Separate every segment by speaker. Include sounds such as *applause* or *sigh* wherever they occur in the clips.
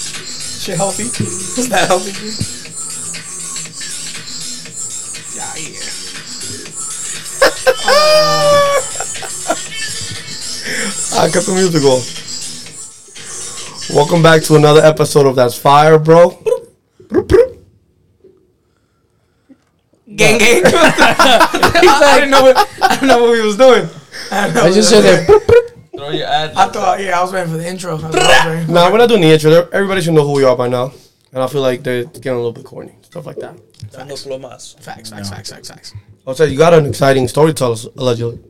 Speaker 1: shit healthy? Is that healthy?
Speaker 2: Yeah, yeah.
Speaker 1: *laughs* I cut the music off. Welcome back to another episode of That's Fire, bro.
Speaker 2: Gang, gang. I didn't know what I didn't know what we was doing. I, didn't know
Speaker 3: I
Speaker 2: what
Speaker 3: just
Speaker 2: we
Speaker 3: said
Speaker 2: was doing.
Speaker 3: that. boop, boop.
Speaker 4: Throw your ad.
Speaker 2: I thought, yeah, I was waiting for the intro. That's what I was waiting for.
Speaker 1: *laughs* Nah, we're not doing the intro. There- Everybody should know who we are by now. And I feel like they're getting a little bit corny. Stuff like that.
Speaker 4: Somos lo más.
Speaker 2: Facts, facts, facts, facts, facts.
Speaker 1: I'll say you got an exciting story to tell us, allegedly.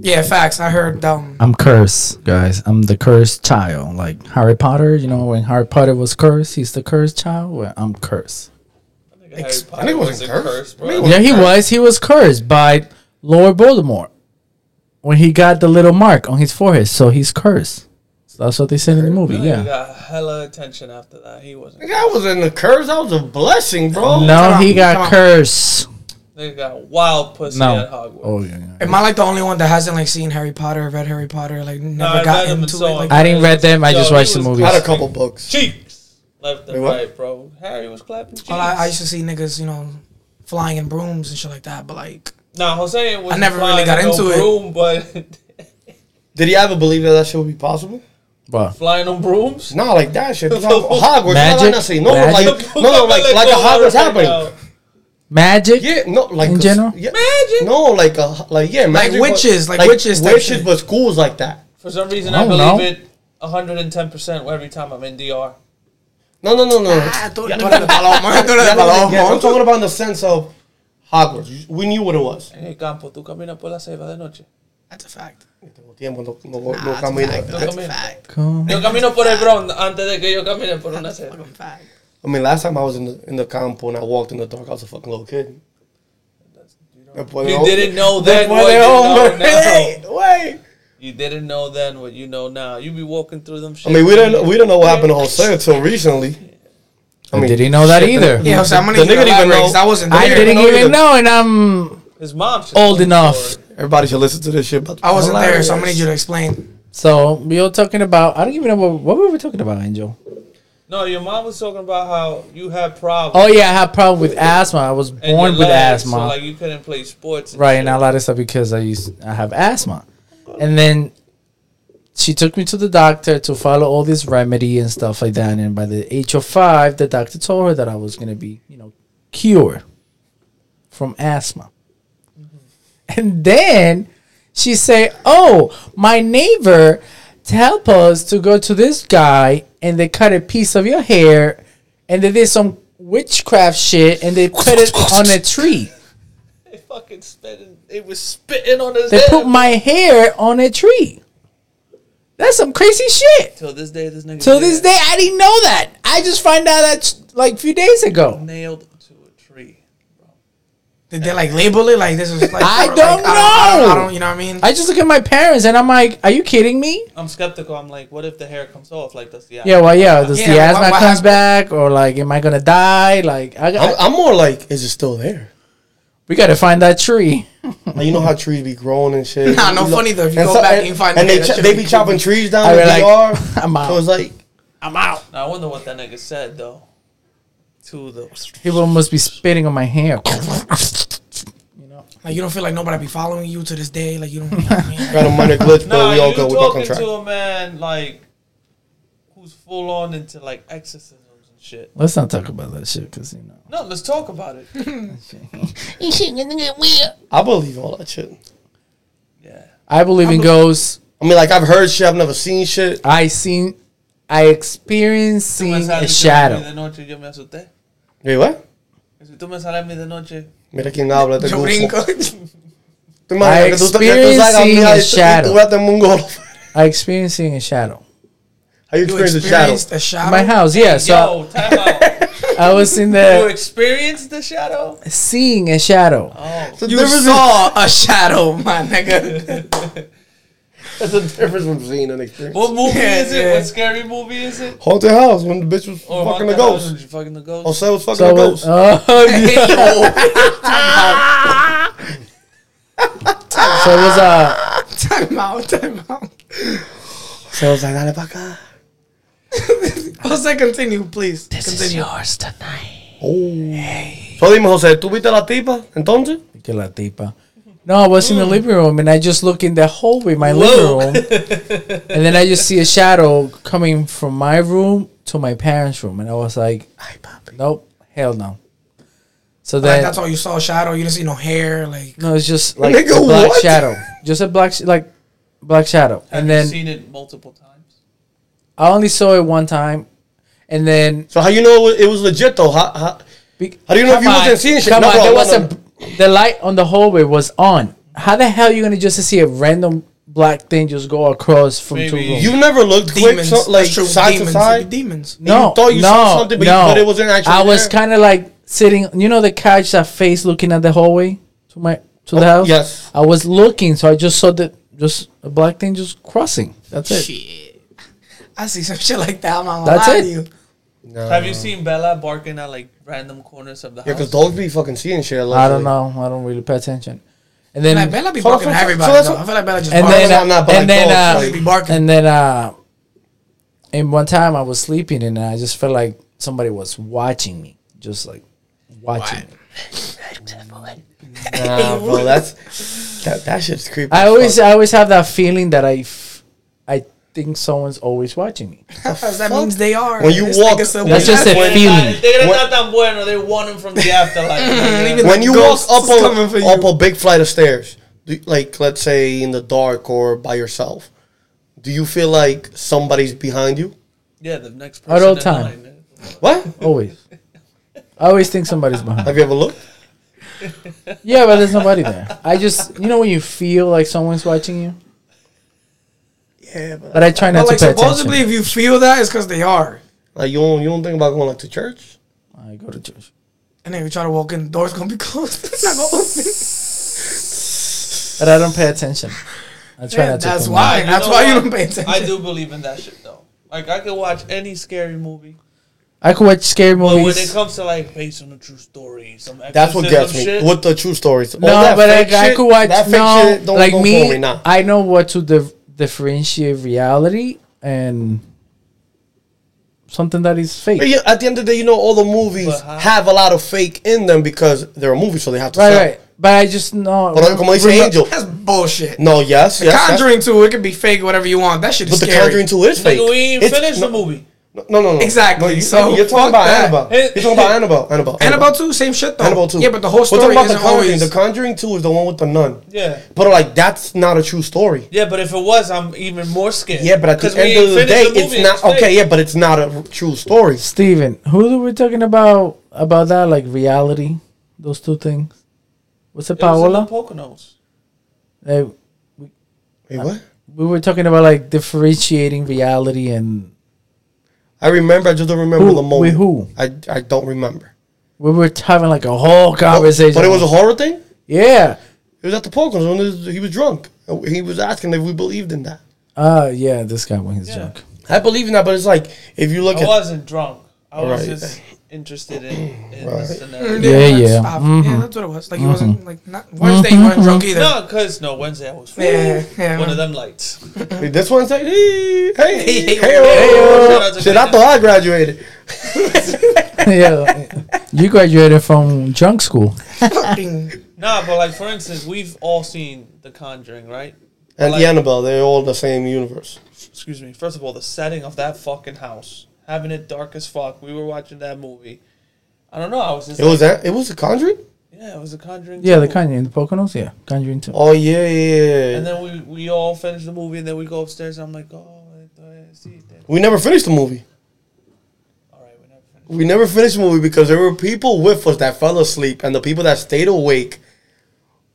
Speaker 2: Yeah, facts. I heard um
Speaker 3: I'm cursed, guys. I'm the cursed child. Like Harry Potter, you know, when Harry Potter was cursed, he's the cursed child. Well, I'm cursed.
Speaker 1: I think it wasn't cursed.
Speaker 4: bro.
Speaker 3: Yeah, he was. He was cursed by Lord Voldemort when he got the little mark on his forehead. So he's cursed. So that's what they said in the movie.
Speaker 4: He
Speaker 3: Yeah.
Speaker 4: got hella attention after that. He wasn't.
Speaker 1: That wasn't a curse. That was a blessing, bro.
Speaker 3: No, he
Speaker 2: Come
Speaker 3: got
Speaker 2: on.
Speaker 3: cursed.
Speaker 4: They got wild pussy at
Speaker 3: No.
Speaker 4: Hogwarts.
Speaker 3: Oh yeah. yeah.
Speaker 2: Am I like the only one that hasn't like seen Harry Potter, read Harry Potter, like never
Speaker 4: I
Speaker 2: got
Speaker 4: read 'em and
Speaker 2: into it?
Speaker 4: saw 'em.
Speaker 2: Like,
Speaker 3: I didn't read them. I
Speaker 4: Yo,
Speaker 3: just
Speaker 4: he
Speaker 3: watched the
Speaker 4: was
Speaker 3: movies.
Speaker 1: I had a couple books.
Speaker 4: Cheeks left
Speaker 1: Wait,
Speaker 4: and
Speaker 1: what?
Speaker 4: right, bro. Harry was clapping cheeks.
Speaker 2: well, I, I used to see niggas, you know, flying in brooms and shit like that. But like,
Speaker 4: nah, Jose was.
Speaker 2: I never really got into it.
Speaker 4: Broom, but *laughs*
Speaker 1: Did he ever believe that that shit would be possible?
Speaker 3: Wow.
Speaker 4: flying on brooms.
Speaker 1: Nah, like that shit. That's how Hogwarts. Magic?
Speaker 3: Magic?
Speaker 1: Not nothing. No, *laughs* no, like,
Speaker 3: Magic?
Speaker 1: no, no,
Speaker 4: *laughs*
Speaker 1: like, like a Hogwarts happening.
Speaker 3: Magic.
Speaker 1: Yeah, no, like
Speaker 3: In
Speaker 1: a-
Speaker 3: general?
Speaker 1: yeah.
Speaker 4: Magic.
Speaker 1: No, like a like yeah, magic
Speaker 2: witches, like witches type
Speaker 1: witches
Speaker 2: shit.
Speaker 1: was schools like that.
Speaker 4: For some reason,
Speaker 3: I
Speaker 4: I,
Speaker 3: don't
Speaker 4: believe
Speaker 3: know.
Speaker 4: it 110 percent every time I'm in DR.
Speaker 1: No, no, no, no.
Speaker 2: ah,
Speaker 1: no.
Speaker 2: tú, tú eres de palomo, tú eres de
Speaker 1: Yeah, no, yeah, I'm
Speaker 2: palomo.
Speaker 1: talking about in the sense of Hogwarts. We knew what it was.
Speaker 4: En el campo, tú caminas por la selva de noche.
Speaker 2: That's a fact.
Speaker 1: Tiempo, no- no- no
Speaker 2: Nah, that's a
Speaker 1: camino.
Speaker 2: fact. That's a
Speaker 4: camino.
Speaker 2: fact.
Speaker 3: Cool.
Speaker 4: Yo camino por el Bronx antes de que yo camine por una
Speaker 2: That's a
Speaker 4: selva.
Speaker 2: fucking fact.
Speaker 1: I mean, last time I was in the in the campo and I walked in the dark, I was a fucking little kid. That boy,
Speaker 4: You
Speaker 1: oh,
Speaker 4: didn't know
Speaker 1: that
Speaker 4: then
Speaker 1: boy,
Speaker 4: what you
Speaker 1: oh,
Speaker 4: know
Speaker 1: wait,
Speaker 4: now.
Speaker 1: wait.
Speaker 4: You didn't know then what you know now. You be walking through them. Shit
Speaker 1: I mean, we didn't we didn't know what happened to Jose until recently. I mean,
Speaker 3: did he know that
Speaker 1: shit,
Speaker 3: either?
Speaker 2: Yeah, so I'm gonna
Speaker 1: The
Speaker 2: need you to
Speaker 1: nigga didn't even
Speaker 2: elaborate,
Speaker 1: know-
Speaker 2: 'cause I wasn't there.
Speaker 3: I didn't
Speaker 1: know either.
Speaker 3: even know, and I'm
Speaker 4: His mom. should tell
Speaker 3: old
Speaker 4: you
Speaker 3: enough.
Speaker 4: the story.
Speaker 1: Everybody should listen to this shit. But
Speaker 2: I wasn't there, so I'm gonna need you to explain.
Speaker 3: So we were talking about. I don't even know what, what were we talking about, Angel.
Speaker 4: No, your mom was talking about how you had problems.
Speaker 3: Oh yeah, I had a problem with asthma. I was
Speaker 4: and
Speaker 3: born
Speaker 4: your
Speaker 3: with
Speaker 4: legs,
Speaker 3: asthma,
Speaker 4: So, like you couldn't play sports. and
Speaker 3: right?
Speaker 4: shit.
Speaker 3: And a lot of stuff because I used I have asthma, and then she took me to the doctor to follow all this remedy and stuff like that. And by the age of five, the doctor told her that I was gonna be, you know, cured from asthma. And then she said, "Oh, my neighbor helped us to go to this guy, and they cut a piece of your hair, and they did some witchcraft shit, and they put it on a tree.
Speaker 4: They fucking spitting. It was spitting on his
Speaker 3: They
Speaker 4: head.
Speaker 3: put my hair on a tree. That's some crazy shit.
Speaker 4: Till this day, this nigga.
Speaker 3: Till this
Speaker 4: dead.
Speaker 3: day, I didn't know that. I just found out that like a few days ago.
Speaker 4: nailed to a tree.
Speaker 2: Did they like label it? Like this was like
Speaker 3: I
Speaker 2: for, like,
Speaker 3: don't
Speaker 2: I don't, I
Speaker 3: know.
Speaker 2: don't. You know what I mean?
Speaker 3: I just look at my parents and I'm like, "Are you kidding me?"
Speaker 4: I'm skeptical. I'm like, what if the hair comes off? Like that's the
Speaker 3: Yeah, well, yeah. Does
Speaker 2: Yeah,
Speaker 3: the
Speaker 2: wha-
Speaker 3: asthma
Speaker 2: what
Speaker 3: comes
Speaker 2: happened?
Speaker 3: back, or like, am I gonna die? Like, I,
Speaker 1: I'm,
Speaker 3: got
Speaker 1: I'm more like, is it still there?
Speaker 3: we gotta find that tree.
Speaker 1: Like, you know how trees be growing and shit.
Speaker 2: Nah, no
Speaker 1: You know-
Speaker 2: funny though. If you go
Speaker 1: so-
Speaker 2: back and you find
Speaker 1: and
Speaker 2: the
Speaker 1: they,
Speaker 2: nigga,
Speaker 1: ch-
Speaker 2: that
Speaker 1: they
Speaker 2: shit
Speaker 1: be
Speaker 2: be
Speaker 1: chopping trees down
Speaker 3: I
Speaker 1: in
Speaker 3: be like,
Speaker 2: *laughs*
Speaker 1: DR.
Speaker 3: I'm out.
Speaker 1: So it's like,
Speaker 3: I'm out.
Speaker 4: Now, I wonder what that nigga said though. To the
Speaker 3: People must be spitting on my hair. *laughs*
Speaker 2: Like you don't feel like nobody be following you to this day. Like you don't. You know what
Speaker 3: *laughs*
Speaker 2: I mean?
Speaker 1: got a minor glitch, but
Speaker 4: Nah,
Speaker 1: we all
Speaker 4: you
Speaker 1: go. We back
Speaker 4: talking
Speaker 1: on track.
Speaker 4: to a man like who's full on into like exorcisms and shit.
Speaker 3: Let's not talk about that shit, cause you know.
Speaker 4: No, let's talk about it.
Speaker 1: I believe all that shit.
Speaker 4: Yeah.
Speaker 3: I believe in ghosts.
Speaker 1: I mean, like, I've heard shit. I've never seen shit.
Speaker 3: I seen, I experienced
Speaker 4: Tú me
Speaker 3: seeing
Speaker 4: sales
Speaker 3: a
Speaker 4: de mí
Speaker 3: shadow.
Speaker 4: De noche yo me asusté.
Speaker 1: Wait, what?
Speaker 4: Y Si tú me sales a mí de noche,
Speaker 1: Mira quien habla. Este
Speaker 2: Yo
Speaker 1: grupo.
Speaker 2: brinco.
Speaker 1: Tú imaginas que tú- que tú salgas, mira,
Speaker 3: experiencing
Speaker 1: y
Speaker 3: a
Speaker 1: tú- y
Speaker 3: shadow.
Speaker 1: Tú eres de mongolo.
Speaker 3: I experienced seeing a
Speaker 1: *laughs*
Speaker 3: shadow.
Speaker 1: How you
Speaker 2: You
Speaker 1: experience a shadow?
Speaker 2: experienced a shadow.
Speaker 3: My house, yeah. So
Speaker 4: yo, time
Speaker 3: *laughs*
Speaker 4: out.
Speaker 3: I was in
Speaker 4: you
Speaker 3: the
Speaker 4: experienced the shadow?
Speaker 3: seeing a shadow.
Speaker 4: Oh,
Speaker 1: So
Speaker 2: You
Speaker 1: *laughs*
Speaker 2: saw a shadow, my nigga. *laughs*
Speaker 1: There's a difference between seeing and experience.
Speaker 4: what movie
Speaker 2: Yeah,
Speaker 4: is it?
Speaker 2: yeah.
Speaker 4: What scary movie is it?
Speaker 1: Haunted house when the bitch was
Speaker 2: Oh,
Speaker 1: fucking the
Speaker 4: Haunted
Speaker 1: ghost.
Speaker 4: House,
Speaker 1: Oh,
Speaker 4: was you Fucking the ghost.
Speaker 1: Jose was fucking
Speaker 3: So
Speaker 1: the
Speaker 3: I was-
Speaker 1: ghost.
Speaker 3: oh, yeah. *laughs* so it was uh
Speaker 2: time out. Time out.
Speaker 1: So I was like, dale pa acá.
Speaker 2: Jose, continue, please. continue.
Speaker 3: yours tonight.
Speaker 1: So dime, José, ¿tú viste a la tipa entonces?
Speaker 3: Que la tipa. No, I was in the living room and I just look in the hallway, my living room, and then I just see a shadow coming from my room to my parents' room, and I was like,
Speaker 2: Ay, papi.
Speaker 3: nope, hell no. So
Speaker 2: Like,
Speaker 3: then
Speaker 2: that's all you saw, shadow. You didn't see no hair, like.
Speaker 3: no, it's just like
Speaker 1: Nigga,
Speaker 3: a black
Speaker 1: what?
Speaker 3: shadow, just a black sh- like black shadow,
Speaker 1: Oh,
Speaker 4: Have
Speaker 3: and
Speaker 4: you
Speaker 3: then
Speaker 4: seen it multiple times?
Speaker 3: I only saw it one time, and then
Speaker 1: So how you know it was legit though? How, how,
Speaker 3: be-
Speaker 1: how do you know if you
Speaker 3: Come on,
Speaker 1: wasn't seeing shit?
Speaker 3: Come
Speaker 1: No,
Speaker 3: on,
Speaker 1: bro,
Speaker 3: there
Speaker 1: no,
Speaker 3: was
Speaker 1: no.
Speaker 3: a the light on the hallway was on. How the hell you gonna just see a random black thing just go across from two
Speaker 4: Maybe
Speaker 3: rooms?
Speaker 1: You never looked quick,
Speaker 2: Demons,
Speaker 1: so, like
Speaker 2: that's true.
Speaker 1: side
Speaker 2: demons,
Speaker 1: to
Speaker 2: It
Speaker 1: side.
Speaker 2: be demons.
Speaker 3: no,
Speaker 1: you thought you
Speaker 3: no,
Speaker 1: saw something, but you-
Speaker 3: no.
Speaker 1: but it wasn't actually
Speaker 3: I was
Speaker 1: there?
Speaker 3: kind of like sitting, you know, the couch that face looking at the hallway to my to
Speaker 1: Oh,
Speaker 3: the house.
Speaker 1: yes.
Speaker 3: I was looking, so I just saw the just a black thing just crossing. That's it.
Speaker 2: Shit. I see some shit like that. I'm not gonna
Speaker 3: That's
Speaker 2: lie
Speaker 3: it.
Speaker 2: to you.
Speaker 1: No.
Speaker 4: Have you
Speaker 3: Uh,
Speaker 4: seen Bella barking at like random corners of the
Speaker 1: Yeah,
Speaker 4: house?
Speaker 1: because dogs be fucking seeing shit.
Speaker 3: I don't
Speaker 1: allegedly.
Speaker 3: know. I don't really pay attention. And then
Speaker 2: Like Bella be
Speaker 1: So-
Speaker 2: barking at
Speaker 1: so- so
Speaker 2: everybody.
Speaker 1: that's
Speaker 2: though.
Speaker 1: what-
Speaker 2: I feel like Bella just
Speaker 3: and
Speaker 2: barking.
Speaker 3: then,
Speaker 1: I'm not
Speaker 3: uh, and
Speaker 1: black
Speaker 3: then,
Speaker 1: dogs,
Speaker 2: She
Speaker 3: uh,
Speaker 2: be barking.
Speaker 3: and then, uh, and one time I was sleeping and I just felt like somebody was watching me, just like watching. Me.
Speaker 2: *laughs*
Speaker 1: Nah, bro, that's that, that shit's creepy.
Speaker 3: I
Speaker 1: as
Speaker 3: always,
Speaker 1: fuck.
Speaker 3: I always have that feeling that I, f- I think someone's always watching me.
Speaker 2: that means they are.
Speaker 1: When you
Speaker 2: This
Speaker 1: walk-
Speaker 2: nigga's a witch.
Speaker 1: That's
Speaker 3: just it.
Speaker 4: When- *laughs*
Speaker 3: Feeling.
Speaker 4: uh, They're
Speaker 1: What-
Speaker 4: not that bueno. They want him from the
Speaker 3: *laughs*
Speaker 4: afterlife.
Speaker 2: Even-
Speaker 4: Yeah.
Speaker 1: when you walk
Speaker 2: Ghosts
Speaker 1: up
Speaker 2: is coming for
Speaker 1: a
Speaker 2: you.
Speaker 1: up a big flight of stairs, do, like let's say in the dark or by yourself, do you feel like somebody's behind you?
Speaker 4: yeah, the next person.
Speaker 3: At all
Speaker 4: in
Speaker 3: time.
Speaker 4: line, man.
Speaker 1: What?
Speaker 3: Always. I always think somebody's behind. me.
Speaker 1: Have you ever looked?
Speaker 3: Yeah, but there's nobody there. I just, you know, when you feel like someone's watching you,
Speaker 2: Yeah, but,
Speaker 3: but I try not
Speaker 2: but like
Speaker 3: to pay
Speaker 2: supposedly, if
Speaker 3: attention.
Speaker 2: you feel that, it's because they are.
Speaker 1: Like you don't you don't think about going like to church?
Speaker 3: I go to church.
Speaker 2: And then you try to walk in, the door's gonna be closed. *laughs* it's not gonna open.
Speaker 3: But I don't pay attention. I try
Speaker 2: Yeah,
Speaker 3: not to.
Speaker 2: that's
Speaker 3: come
Speaker 2: why.
Speaker 3: out.
Speaker 4: You
Speaker 2: that's
Speaker 4: know
Speaker 2: why you
Speaker 4: what?
Speaker 2: don't pay
Speaker 4: I
Speaker 2: attention.
Speaker 4: do believe in that shit though. Like I could watch any scary movie,
Speaker 3: I could watch scary
Speaker 4: but when it
Speaker 3: movies.
Speaker 4: comes to like based on a true story, some
Speaker 1: That's what
Speaker 4: exorcism
Speaker 1: gets me
Speaker 4: shit,
Speaker 1: with the true stories. All
Speaker 3: No,
Speaker 1: that
Speaker 3: but
Speaker 1: fake
Speaker 3: I, I
Speaker 1: shit-
Speaker 3: could watch.
Speaker 1: that fake
Speaker 3: No,
Speaker 1: shit don't
Speaker 3: like
Speaker 1: go for
Speaker 3: me,
Speaker 1: nah.
Speaker 3: I know what to dif- differentiate reality and something that is fake.
Speaker 1: But yeah, at the end of the day, you know all the movies
Speaker 4: But how-
Speaker 1: have a lot of fake in them because they're a movie, so they have to
Speaker 3: Right,
Speaker 1: sell.
Speaker 3: right. But I just know.
Speaker 1: But like, como dice
Speaker 3: remem-
Speaker 1: Angel,
Speaker 2: That's bullshit.
Speaker 1: no, yes,
Speaker 2: The
Speaker 1: yes, that's-
Speaker 2: Conjuring too. It could be fake, whatever you want. That shit
Speaker 1: but
Speaker 2: is
Speaker 1: the
Speaker 2: scary.
Speaker 1: Conjuring Two is fake.
Speaker 4: Nigga, we ain't
Speaker 1: It's-
Speaker 4: finished
Speaker 1: no,
Speaker 4: the movie.
Speaker 1: No, no, no. no.
Speaker 2: Exactly,
Speaker 1: No, you,
Speaker 2: so
Speaker 1: you're
Speaker 2: fuck
Speaker 1: talking about
Speaker 2: that.
Speaker 1: Annabelle. You're
Speaker 2: *laughs*
Speaker 1: talking about Annabelle. Annabelle.
Speaker 2: Annabelle too, same shit though.
Speaker 1: Annabelle Two.
Speaker 2: Yeah, but the whole
Speaker 1: We're
Speaker 2: story
Speaker 1: talking about
Speaker 2: isn't
Speaker 1: the Conjuring.
Speaker 2: always.
Speaker 1: The Conjuring Two is the one with the nun.
Speaker 4: Yeah.
Speaker 1: But like that's not a true story.
Speaker 4: Yeah, but if it was, I'm even more scared.
Speaker 1: Yeah, but at the
Speaker 4: 'Cause we
Speaker 1: end
Speaker 4: ain't
Speaker 1: of the
Speaker 4: finished
Speaker 1: day,
Speaker 4: movie
Speaker 1: it's
Speaker 4: and
Speaker 1: not okay.
Speaker 4: fake.
Speaker 1: Yeah, but it's not a r- true story.
Speaker 3: Steven, who are we talking about? About that, like reality, those two things. Was it
Speaker 4: It was in the
Speaker 3: Paola?
Speaker 4: Poconos.
Speaker 3: Uh,
Speaker 1: Wait, what?
Speaker 3: we were talking about like differentiating reality and
Speaker 1: I remember. I just don't remember
Speaker 3: Who-
Speaker 1: the moment.
Speaker 3: with who?
Speaker 1: I I don't remember.
Speaker 3: we were having like a whole conversation.
Speaker 1: But it was a horror thing.
Speaker 3: yeah.
Speaker 1: It was at the Poconos when this- he was drunk. He was asking if we believed in that.
Speaker 3: Uh yeah, this guy when he's drunk.
Speaker 1: I believe in that, but it's like if you look
Speaker 4: I
Speaker 1: at
Speaker 4: wasn't drunk. I was
Speaker 1: Right.
Speaker 4: just interested in, in
Speaker 1: Right.
Speaker 4: the scenario.
Speaker 3: Yeah,
Speaker 2: Mm, that's-
Speaker 3: yeah. Mm-hmm.
Speaker 2: stop. Yeah, that's what it was. Like he wasn't like not Wednesday. He wasn't drunk either.
Speaker 4: No, cause no Wednesday I was free.
Speaker 2: Yeah, yeah.
Speaker 4: one of them lights.
Speaker 1: Wait, this one's like, hey, hey, hey, hey,
Speaker 4: Shout out to
Speaker 1: Shit, I
Speaker 4: Cleveland.
Speaker 1: thought I graduated.
Speaker 3: *laughs* yeah. You graduated from junk school.
Speaker 2: Fucking
Speaker 4: Nah, but like for instance, we've all seen The Conjuring, right?
Speaker 1: And
Speaker 4: Like-
Speaker 1: the Annabelle, they're all the same universe.
Speaker 4: Excuse me. First of all, the setting of that fucking house, having it dark as fuck. We were watching that movie. I don't know. I was just
Speaker 1: It
Speaker 4: like,
Speaker 1: was that. It was the Conjuring.
Speaker 4: yeah, it was The Conjuring.
Speaker 3: Yeah, the
Speaker 4: too.
Speaker 3: Conjuring, the Poconos, yeah. Conjuring too.
Speaker 1: Oh yeah, yeah. yeah.
Speaker 4: And then we we all finish the movie, and then we go upstairs, and I'm like, oh, I thought I see that.
Speaker 1: we never finished the movie.
Speaker 4: All right, we never finished.
Speaker 1: We never finished the movie because there were people with us that fell asleep, and the people that stayed awake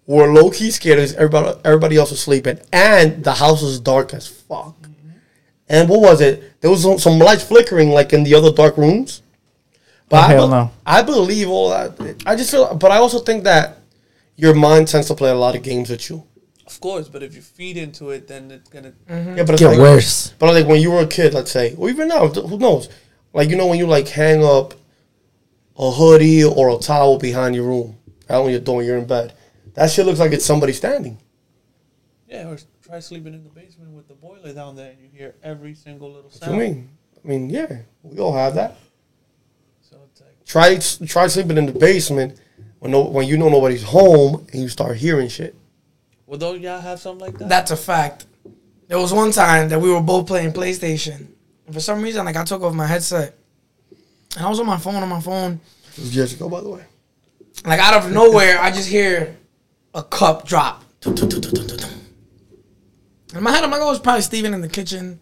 Speaker 1: were low key scared as everybody everybody else was sleeping, and the house was dark as fuck.
Speaker 3: Mm-hmm.
Speaker 1: And what was it? There was some, some lights flickering like in the other dark rooms. But
Speaker 3: Oh,
Speaker 1: I,
Speaker 3: hell
Speaker 1: be-
Speaker 3: no.
Speaker 1: I believe all that. I just feel, but I also think that your mind tends to play a lot of games with you.
Speaker 4: Of course, but if you feed into it, then it's gonna.
Speaker 1: Yeah, but it's
Speaker 3: Mm-hmm.
Speaker 1: like-
Speaker 3: Get worse.
Speaker 1: But like when you were a kid, let's say, or even now, th- who knows? Like you know when you like hang up a hoodie or a towel behind your room, out on your door, you're in bed. That shit looks like it's somebody standing.
Speaker 4: Yeah, or s- try sleeping in the basement with the boiler down there, and you hear every single little
Speaker 1: What
Speaker 4: sound.
Speaker 1: you mean? I mean, yeah, we all have that.
Speaker 4: So it's like,
Speaker 1: Try try sleeping in the basement when no, when you know nobody's home and you start hearing shit.
Speaker 4: well, don't y'all have something like that?
Speaker 2: That's a fact. There was one time that we were both playing PlayStation. And for some reason, like I took off my headset. And I was on my phone, on my phone.
Speaker 1: This is years ago, by the way.
Speaker 2: Like out of nowhere, I just hear a cup drop. In my head, I'm like, oh, it's probably Steven in the kitchen,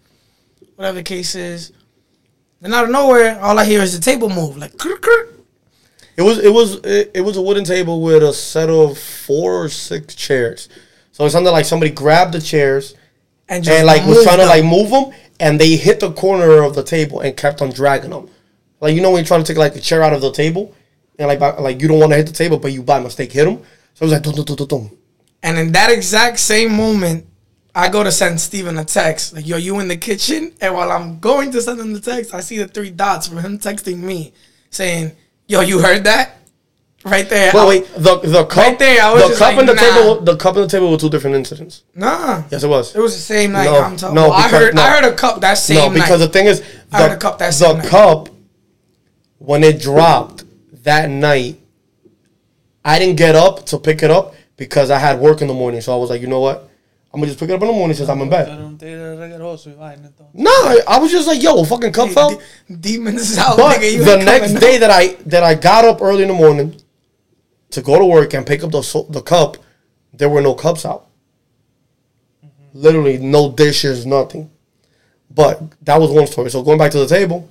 Speaker 2: whatever the case is. Then out of nowhere, all I hear is the table move, like, *laughs* "Kirk, kirk."
Speaker 1: It was it was it, it was a wooden table with a set of four or six chairs. So it sounded like somebody grabbed the chairs
Speaker 2: and just
Speaker 1: and like was
Speaker 2: moved
Speaker 1: trying to
Speaker 2: them.
Speaker 1: like move them, and they hit the corner of the table and kept on dragging them. Like you know when you're trying to take like a chair out of the table, and like by, like you don't want to hit the table, but you by mistake hit them. So it was like dun, dun, dun, dun, dun.
Speaker 2: And in that exact same moment, I go to send Steven a text. Like, yo, you in the kitchen? And while I'm going to send him the text, I see the three dots from him texting me saying, yo, you heard that? Right there.
Speaker 1: Well, wait, the the cup,
Speaker 2: Right there, I was
Speaker 1: the
Speaker 2: just
Speaker 1: cup
Speaker 2: like,
Speaker 1: and the
Speaker 2: nah.
Speaker 1: table, the cup and the table were two different incidents.
Speaker 2: Nah.
Speaker 1: Yes, it was.
Speaker 2: It was the same night.
Speaker 1: No,
Speaker 2: I'm talking.
Speaker 1: no,
Speaker 2: well, I
Speaker 1: because-
Speaker 2: heard.
Speaker 1: no.
Speaker 2: I heard a cup that same
Speaker 1: no, because
Speaker 2: night.
Speaker 1: the thing is, the,
Speaker 2: I had a cup that
Speaker 1: the
Speaker 2: same night.
Speaker 1: cup when it dropped that night, I didn't get up to pick it up because I had work in the morning. So I was like, you know what, I'm gonna just pick it up in the morning since I'm in
Speaker 4: Pero
Speaker 1: bed.
Speaker 4: no te regreso y vaina, entonces.
Speaker 1: No, I, I was just like, yo, fucking cup fell.
Speaker 2: De- *laughs* demons out,
Speaker 1: But
Speaker 2: nigga. You
Speaker 1: the
Speaker 2: ain't coming
Speaker 1: next
Speaker 2: out.
Speaker 1: day that I that I got up early in the morning to go to work and pick up the so- the cup, there were no cups out.
Speaker 2: Mm-hmm.
Speaker 1: Literally no dishes, nothing. But that was one story. So going back to the table,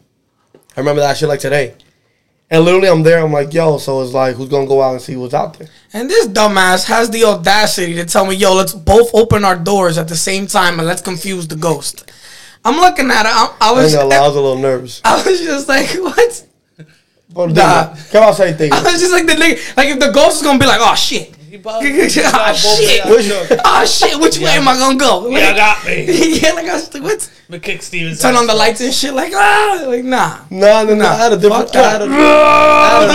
Speaker 1: I remember that shit like today. And literally, I'm there. I'm like, yo. So it's like, who's gonna go out and see what's out there?
Speaker 2: And this dumbass has the audacity to tell me, yo, let's both open our doors at the same time and let's confuse the ghost. I'm looking at it. I, I *laughs*
Speaker 1: I,
Speaker 2: was.
Speaker 1: ain't gonna lie, I was a little nervous.
Speaker 2: I was just like, what?
Speaker 1: But
Speaker 2: Nah.
Speaker 1: nigga, come outside,
Speaker 2: *laughs*
Speaker 1: think.
Speaker 2: I was just like the nigga. Like if the ghost is gonna be like, oh shit, *laughs*
Speaker 4: He about-
Speaker 2: Ah, shit.
Speaker 4: both of y'all shook.
Speaker 2: oh shit, which way am I gonna go? Like,
Speaker 4: Y'all got me.
Speaker 2: *laughs* yeah, like I was like, what?
Speaker 4: But kick Stevens.
Speaker 2: Turn on the lights and shit. Like ah, like nah.
Speaker 1: No, no, no. I had a different.
Speaker 2: Fuck that.
Speaker 1: I had, a, I had a-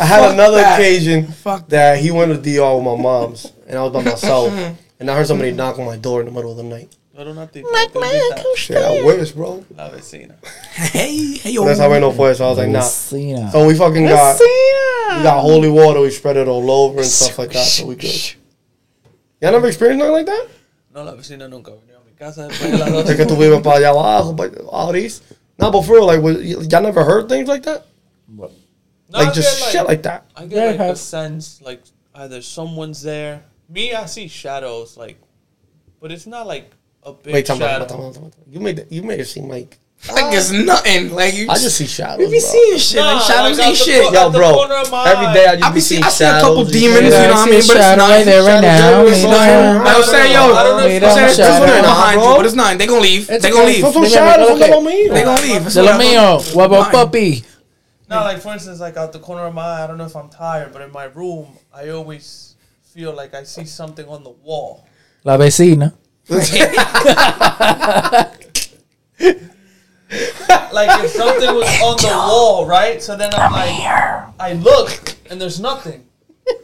Speaker 1: I had
Speaker 2: Fuck
Speaker 1: another
Speaker 2: that.
Speaker 1: occasion
Speaker 2: Fuck
Speaker 1: that he went to DR with my mom's, and I was by
Speaker 2: *laughs*
Speaker 1: myself, and I heard somebody knock on my door in the middle of the night.
Speaker 4: Pero no te importa.
Speaker 2: *laughs*
Speaker 1: Shit, I wish, bro.
Speaker 4: La vecina.
Speaker 2: Hey, hey, yo.
Speaker 1: That's how I know for it. So I was like, nah.
Speaker 3: Cena.
Speaker 1: So we fucking got we got holy water. We spread it all over and stuff like that. So we good. Y'all never experienced nothing like that?
Speaker 4: No, la vecina nunca vino a mi casa
Speaker 1: *laughs*
Speaker 4: después de las
Speaker 1: Es que
Speaker 4: 12.
Speaker 1: tú vives para allá abajo, but all these. Nah, but for real, like, was- y- y'all never heard things like that?
Speaker 4: No, I
Speaker 1: Like,
Speaker 4: get,
Speaker 1: just shit like that.
Speaker 4: I
Speaker 3: Yeah,
Speaker 4: get like
Speaker 3: I
Speaker 4: the
Speaker 3: have.
Speaker 4: sense like either someone's there. Me, I see shadows like, but it's not like a big
Speaker 1: Wait, time out, time out, time
Speaker 4: shadow.
Speaker 1: out, time out. You made it, you made it seem like
Speaker 2: Like it's nothing. Like you.
Speaker 1: I just see
Speaker 2: You
Speaker 1: shadows.
Speaker 2: be
Speaker 1: bro.
Speaker 2: seeing shit.
Speaker 4: Nah,
Speaker 2: like shadows
Speaker 4: like,
Speaker 2: ain't
Speaker 4: out the
Speaker 2: shit.
Speaker 4: cor-
Speaker 1: Yo,
Speaker 4: Out the
Speaker 1: bro.
Speaker 4: corner of my
Speaker 1: Every day I just
Speaker 2: I be
Speaker 1: be
Speaker 2: see-
Speaker 1: seeing
Speaker 2: I see a couple
Speaker 1: shadows.
Speaker 2: demons, you
Speaker 1: Yeah.
Speaker 2: know what I mean? But it's not-
Speaker 3: right there, right now.
Speaker 1: Shadows,
Speaker 3: you
Speaker 1: bro.
Speaker 3: know?
Speaker 1: Shadows,
Speaker 2: Like I'm saying, yo,
Speaker 4: I don't know
Speaker 2: I'm
Speaker 4: if-
Speaker 2: saying
Speaker 3: Shadows,
Speaker 2: there's something
Speaker 1: bro.
Speaker 2: behind you, but it's not. They gonna leave. They gonna leave.
Speaker 1: Son sus
Speaker 3: Look at
Speaker 1: shadows, son
Speaker 3: me,
Speaker 1: de
Speaker 3: look
Speaker 1: lo
Speaker 3: at-
Speaker 1: mío.
Speaker 2: They gonna leave. It's
Speaker 3: De lo
Speaker 2: not-
Speaker 3: mío. What about
Speaker 2: Mine.
Speaker 3: puppy?
Speaker 4: No, like for instance, like out the corner of my eye, I don't know if I'm tired, but in my room, I always feel like I see something on the wall.
Speaker 3: La vecina.
Speaker 4: Like if something was on the wall, right? So then I'm like, I look and there's
Speaker 2: *laughs*
Speaker 4: nothing.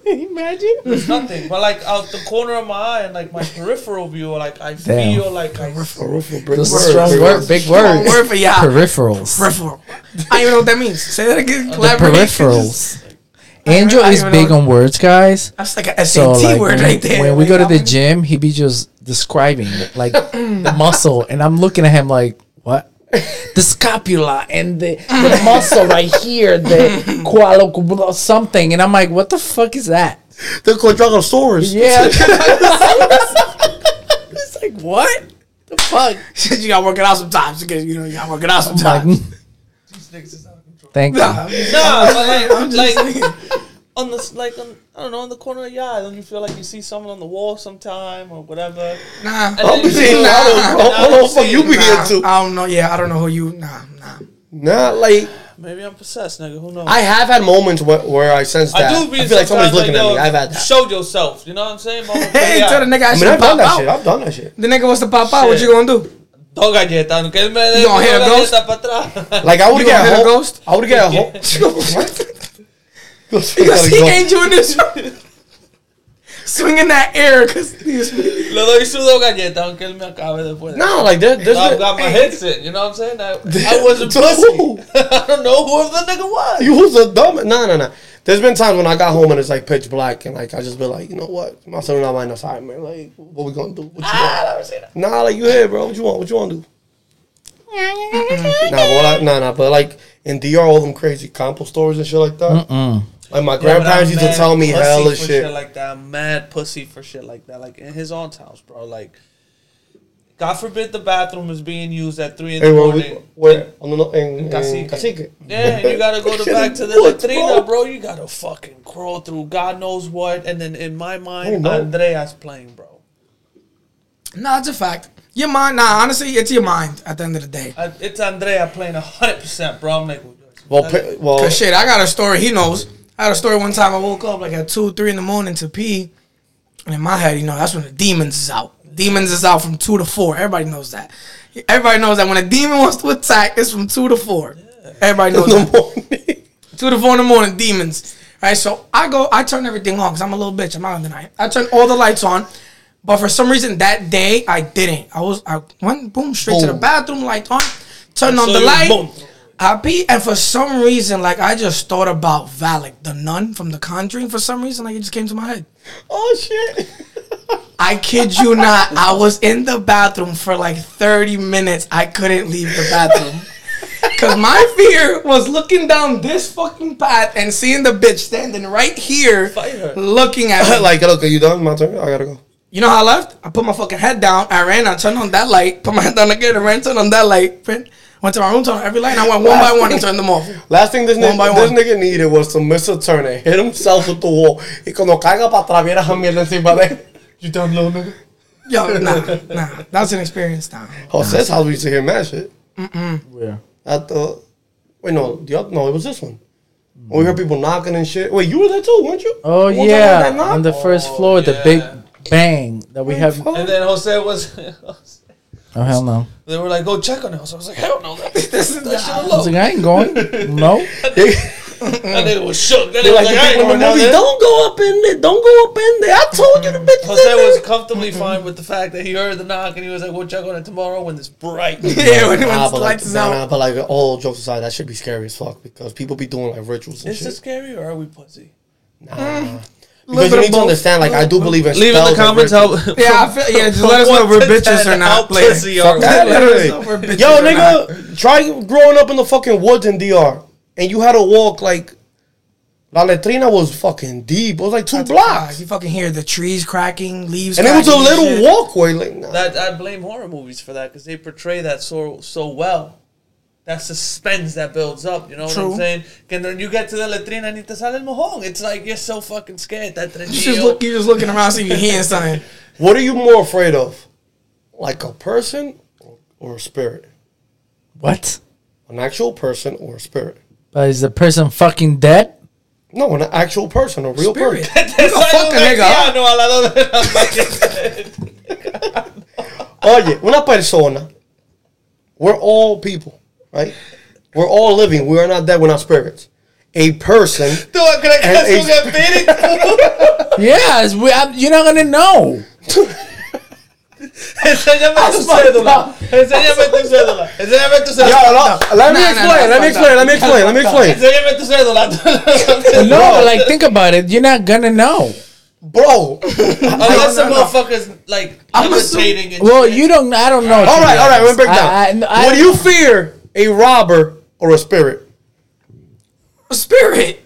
Speaker 3: Imagine.
Speaker 4: There's nothing. But like out the corner of my eye and like my peripheral view, like I
Speaker 3: Damn.
Speaker 4: feel like I.
Speaker 1: Peripheral big
Speaker 3: Those are
Speaker 1: words,
Speaker 3: strong
Speaker 1: big
Speaker 3: word, big
Speaker 2: Wrong
Speaker 3: words.
Speaker 2: word for y'all.
Speaker 3: Peripherals.
Speaker 2: Peripheral. I don't even know what that means. Say that again.
Speaker 3: The
Speaker 2: Collaborate.
Speaker 3: peripherals. Angel
Speaker 2: I don't
Speaker 3: is
Speaker 2: even
Speaker 3: big
Speaker 2: know.
Speaker 3: on words, guys.
Speaker 2: That's like a SAT
Speaker 3: So like
Speaker 2: word
Speaker 3: when,
Speaker 2: right there.
Speaker 3: when we
Speaker 2: Like,
Speaker 3: go to
Speaker 2: I'm
Speaker 3: the
Speaker 2: like, oh.
Speaker 3: gym, he be just describing it, like the muscle, and I'm looking at him like, what? The scapula and the, the muscle right here, the quadriceps something, and I'm like, what the fuck is that?
Speaker 1: words. They're called Dragosaurus.
Speaker 3: *laughs* Yeah, it's like what the fuck?
Speaker 2: you gotta work it out sometimes. Because, you know, you gotta work it out
Speaker 1: *laughs*
Speaker 3: I'm
Speaker 2: sometimes.
Speaker 3: like, mm, thank you.
Speaker 4: Nah,
Speaker 2: *laughs*
Speaker 4: but like,
Speaker 2: Like,
Speaker 4: like on this, like on, I don't know, on the corner of your eye, don't you feel like you see someone on the wall sometime or whatever?
Speaker 2: *laughs* nah.
Speaker 1: *laughs*
Speaker 4: And
Speaker 1: I'm
Speaker 4: then you
Speaker 1: seeing
Speaker 4: feel-
Speaker 1: shadows, bro.
Speaker 4: Nah,
Speaker 1: What the
Speaker 4: I'm
Speaker 1: fuck you
Speaker 4: seeing-
Speaker 1: be here
Speaker 2: Nah,
Speaker 1: too?
Speaker 2: I don't know. Yeah, I don't know who you. Nah, nah.
Speaker 1: Nah, like
Speaker 4: Maybe I'm possessed, nigga. Who knows?
Speaker 1: I have had moments where, where I sense that.
Speaker 4: I
Speaker 1: I,
Speaker 4: do be
Speaker 1: feel like somebody's
Speaker 4: sometimes,
Speaker 1: looking at
Speaker 4: yo,
Speaker 1: me. I've had that.
Speaker 4: Show yourself. You know what
Speaker 2: *laughs*
Speaker 4: I'm saying? Mama,
Speaker 2: Hey,
Speaker 4: yeah.
Speaker 2: tell the nigga I
Speaker 1: I
Speaker 2: should
Speaker 1: mean, I've
Speaker 2: pop
Speaker 1: done that shit.
Speaker 2: out.
Speaker 1: I've done that shit.
Speaker 2: The nigga wants to pop out. What
Speaker 4: Shit.
Speaker 2: you gonna do?
Speaker 4: Dos galletas, que él me dé
Speaker 2: You gonna
Speaker 4: dos
Speaker 2: hit a ghost?
Speaker 4: galletas pa' atrás.
Speaker 1: Like I would
Speaker 2: You
Speaker 1: get
Speaker 2: gonna hit a
Speaker 1: home.
Speaker 2: ghost?
Speaker 1: I would get home. *laughs*
Speaker 2: Because he ain't doing this. *laughs* swinging that air because he's.
Speaker 4: Le doy su dos galletas aunque él me acabe después.
Speaker 1: No, like there, there's
Speaker 4: I've
Speaker 1: no-
Speaker 4: got my headset. You know what I'm saying? I,
Speaker 1: *laughs*
Speaker 4: I wasn't pussy.
Speaker 1: Dude.
Speaker 4: *laughs* I don't know who the nigga was.
Speaker 1: you was a dumb. No, no, no. There's been times when I got home and it's like pitch black and like I just be like, you know what, my son and I might not side, man. Like, what we gonna do? What you
Speaker 4: I
Speaker 1: want?
Speaker 4: Ah, never seen that.
Speaker 1: Nah, like you here, bro. What you want? What you want to do? Nah, but what I, nah, nah. But like in DR, all them crazy compost stores and shit like that.
Speaker 3: Mm.
Speaker 1: Like my
Speaker 4: Yeah, but
Speaker 1: grandparents
Speaker 4: I'm
Speaker 1: used to
Speaker 4: mad
Speaker 1: tell me
Speaker 4: pussy
Speaker 1: hella
Speaker 4: for
Speaker 1: shit.
Speaker 4: like that. I'm mad pussy for shit like that. Like in his own house, bro. Like, God forbid the bathroom is being used at three in the
Speaker 1: and when we,
Speaker 4: morning.
Speaker 1: when, on the, in, in
Speaker 4: Cacique.
Speaker 1: Cacique.
Speaker 4: Yeah, and you gotta
Speaker 1: *laughs*
Speaker 4: go to
Speaker 1: Shit
Speaker 4: back to the
Speaker 1: is good,
Speaker 4: latrina, bro. You gotta fucking crawl through God knows what. And then in my
Speaker 1: Oh,
Speaker 4: mind,
Speaker 1: no.
Speaker 4: Andrea's playing, bro.
Speaker 2: *laughs* Nah, it's a fact. Your mind, nah, honestly, it's your mind at the end of the day.
Speaker 4: I, it's Andrea playing hundred percent, bro. I'm like,
Speaker 1: Well, pi- well, *laughs*
Speaker 2: Cause shit, I got a story. He knows. I had a story one time. I woke up like at two, three in the morning to pee, and in my head, you know, that's when the demons is out. Demons is out from two to four. Everybody knows that. Everybody knows that when a demon wants to attack, it's from two to four. Everybody knows
Speaker 4: *laughs*
Speaker 2: that.
Speaker 1: morning. *laughs*
Speaker 2: Two to four in the morning, demons. Right, so I go, I turn everything on because I'm a little bitch. I'm not gonna deny it. I turn all the lights on, but for some reason that day I didn't. I was, I went boom straight to the
Speaker 1: Boom.
Speaker 2: bathroom, light on, turned on
Speaker 4: So
Speaker 2: the
Speaker 4: you
Speaker 2: light.
Speaker 4: boom.
Speaker 2: I pee, and for some reason, like I just thought about Valak, the nun from The Conjuring. For some reason, like it just came to my head.
Speaker 1: oh shit! *laughs*
Speaker 2: I kid you not. I was in the bathroom for like 30 minutes. I couldn't leave the bathroom. *laughs* Cause my fear was looking down this fucking path and seeing the bitch standing right here
Speaker 4: Fight her.
Speaker 2: looking at me.
Speaker 1: like, look, are you done? My turn. I gotta go.
Speaker 2: You know how I left? I put my fucking head down. I ran. I turned on that light. Put my head down again. I ran. Turned on that light. Ran- Went to my room. Turned on every light. And I went one by one and turned them off.
Speaker 1: Last thing this
Speaker 2: One by
Speaker 1: nigga, this
Speaker 2: one.
Speaker 1: nigga needed was to miss a turn and hit himself with the wall. Y cuando caiga para atrás, viera esa mierda encima de él.
Speaker 4: you dumb little nigga.
Speaker 2: Yo, nah, nah. That was an experience. Nah.
Speaker 1: Jose's house, Oh, we used to hear mad shit.
Speaker 3: Where?
Speaker 1: At the, wait, no, the other, no, it was this one. We heard people knocking and shit. Wait, you were there too, weren't you?
Speaker 3: Oh
Speaker 1: One time
Speaker 3: yeah,
Speaker 1: when that *laughs*
Speaker 3: on the
Speaker 1: knocked-
Speaker 3: first
Speaker 4: Oh,
Speaker 3: floor, the
Speaker 4: yeah.
Speaker 3: big bang that we have.
Speaker 1: fuck.
Speaker 4: And then Jose was. *laughs*
Speaker 3: Oh hell no!
Speaker 4: They were like, "Go check on it." So I was like, "Hell no,
Speaker 1: *laughs*
Speaker 4: that, that
Speaker 2: This is
Speaker 4: shit
Speaker 2: nah.
Speaker 3: I was
Speaker 4: alone."
Speaker 3: like, I ain't going. No.
Speaker 4: That nigga was shook. That nigga
Speaker 1: They're
Speaker 4: was
Speaker 1: like,
Speaker 4: like,
Speaker 1: the
Speaker 4: "I ain't
Speaker 1: people in the
Speaker 4: going down
Speaker 1: movie,
Speaker 4: there."
Speaker 1: don't go up in there. Don't go up in there. I told you the bitch.
Speaker 4: Jose was
Speaker 1: *laughs*
Speaker 4: *laughs* comfortably fine with the fact that he heard the knock and he was like, "We'll check on it tomorrow when it's bright."
Speaker 2: *laughs* Yeah, when, when
Speaker 1: Nah,
Speaker 2: the
Speaker 1: but like,
Speaker 2: lights is
Speaker 1: nah,
Speaker 2: out.
Speaker 1: nah, but like, all jokes aside, that should be scary as fuck because people be doing like rituals and
Speaker 4: Is
Speaker 1: shit.
Speaker 4: this scary or are we pussy?
Speaker 1: nah. Because
Speaker 2: bit
Speaker 1: you
Speaker 2: of
Speaker 1: need to
Speaker 2: both.
Speaker 1: understand, like, I do believe in
Speaker 4: Leave in the
Speaker 1: spells and
Speaker 4: comments
Speaker 1: rituals.
Speaker 4: how.
Speaker 2: Yeah, I feel, yeah.
Speaker 1: *laughs*
Speaker 2: Just *laughs* let us know if we're bitches or not.
Speaker 4: How
Speaker 2: Later.
Speaker 4: pussy are we?
Speaker 1: that,
Speaker 2: Let us know
Speaker 1: literally.
Speaker 2: if we're bitches
Speaker 1: Yo,
Speaker 2: or not.
Speaker 1: nigga, try growing up in the fucking woods in DR, and you had to walk like La Letrina was fucking deep. It was like two
Speaker 2: Ah,
Speaker 1: blocks,
Speaker 2: You fucking hear the trees cracking, leaves.
Speaker 1: and it was a
Speaker 2: cracking and
Speaker 1: little
Speaker 2: shit.
Speaker 1: walkway. Like, nah.
Speaker 4: That I blame horror movies for that because they portray that so so well. That suspense that builds up, you know what
Speaker 2: True.
Speaker 4: I'm saying? And then you get to the latrina and te sale el mojón. It's like you're so fucking scared that
Speaker 2: You just
Speaker 4: *laughs*
Speaker 2: look. You just looking around, see if you're hearing *laughs* something.
Speaker 1: what are you more afraid of, like a person or a spirit?
Speaker 3: What?
Speaker 1: An actual person or a spirit?
Speaker 3: But is the person fucking dead?
Speaker 1: No, an actual person, a real
Speaker 2: Spirit.
Speaker 1: person.
Speaker 2: You the fuck a nigga. *laughs*
Speaker 1: Oh yeah, we're not persona. We're all people, right? We're all living. We are not dead. We're not spirits. A
Speaker 4: *laughs*
Speaker 1: person. es-
Speaker 3: Yeah, it's, we, I, you're not gonna know.
Speaker 4: Enséñame tu cédula. Enséñame tu cédula. Enséñame tu
Speaker 1: Yo,
Speaker 4: cédula.
Speaker 1: no, let
Speaker 2: Nah,
Speaker 1: me
Speaker 2: nah,
Speaker 1: explain.
Speaker 2: nah,
Speaker 1: let
Speaker 2: fuck that.
Speaker 1: me explain. Let me explain. Let me
Speaker 4: *laughs*
Speaker 1: explain.
Speaker 4: Enséñame tu
Speaker 3: *laughs* No,
Speaker 4: cédula. *laughs*
Speaker 3: but like think about it. You're not gonna know.
Speaker 1: Bro.
Speaker 4: Unless
Speaker 2: No,
Speaker 4: the
Speaker 2: no, no.
Speaker 4: motherfucker's like
Speaker 2: I'm assuming-
Speaker 4: levitating and
Speaker 3: Well,
Speaker 4: shit.
Speaker 3: you don't. I don't know.
Speaker 1: all right, all right. We're break down.
Speaker 3: what
Speaker 1: Would you fear a robber or a spirit?
Speaker 2: A spirit.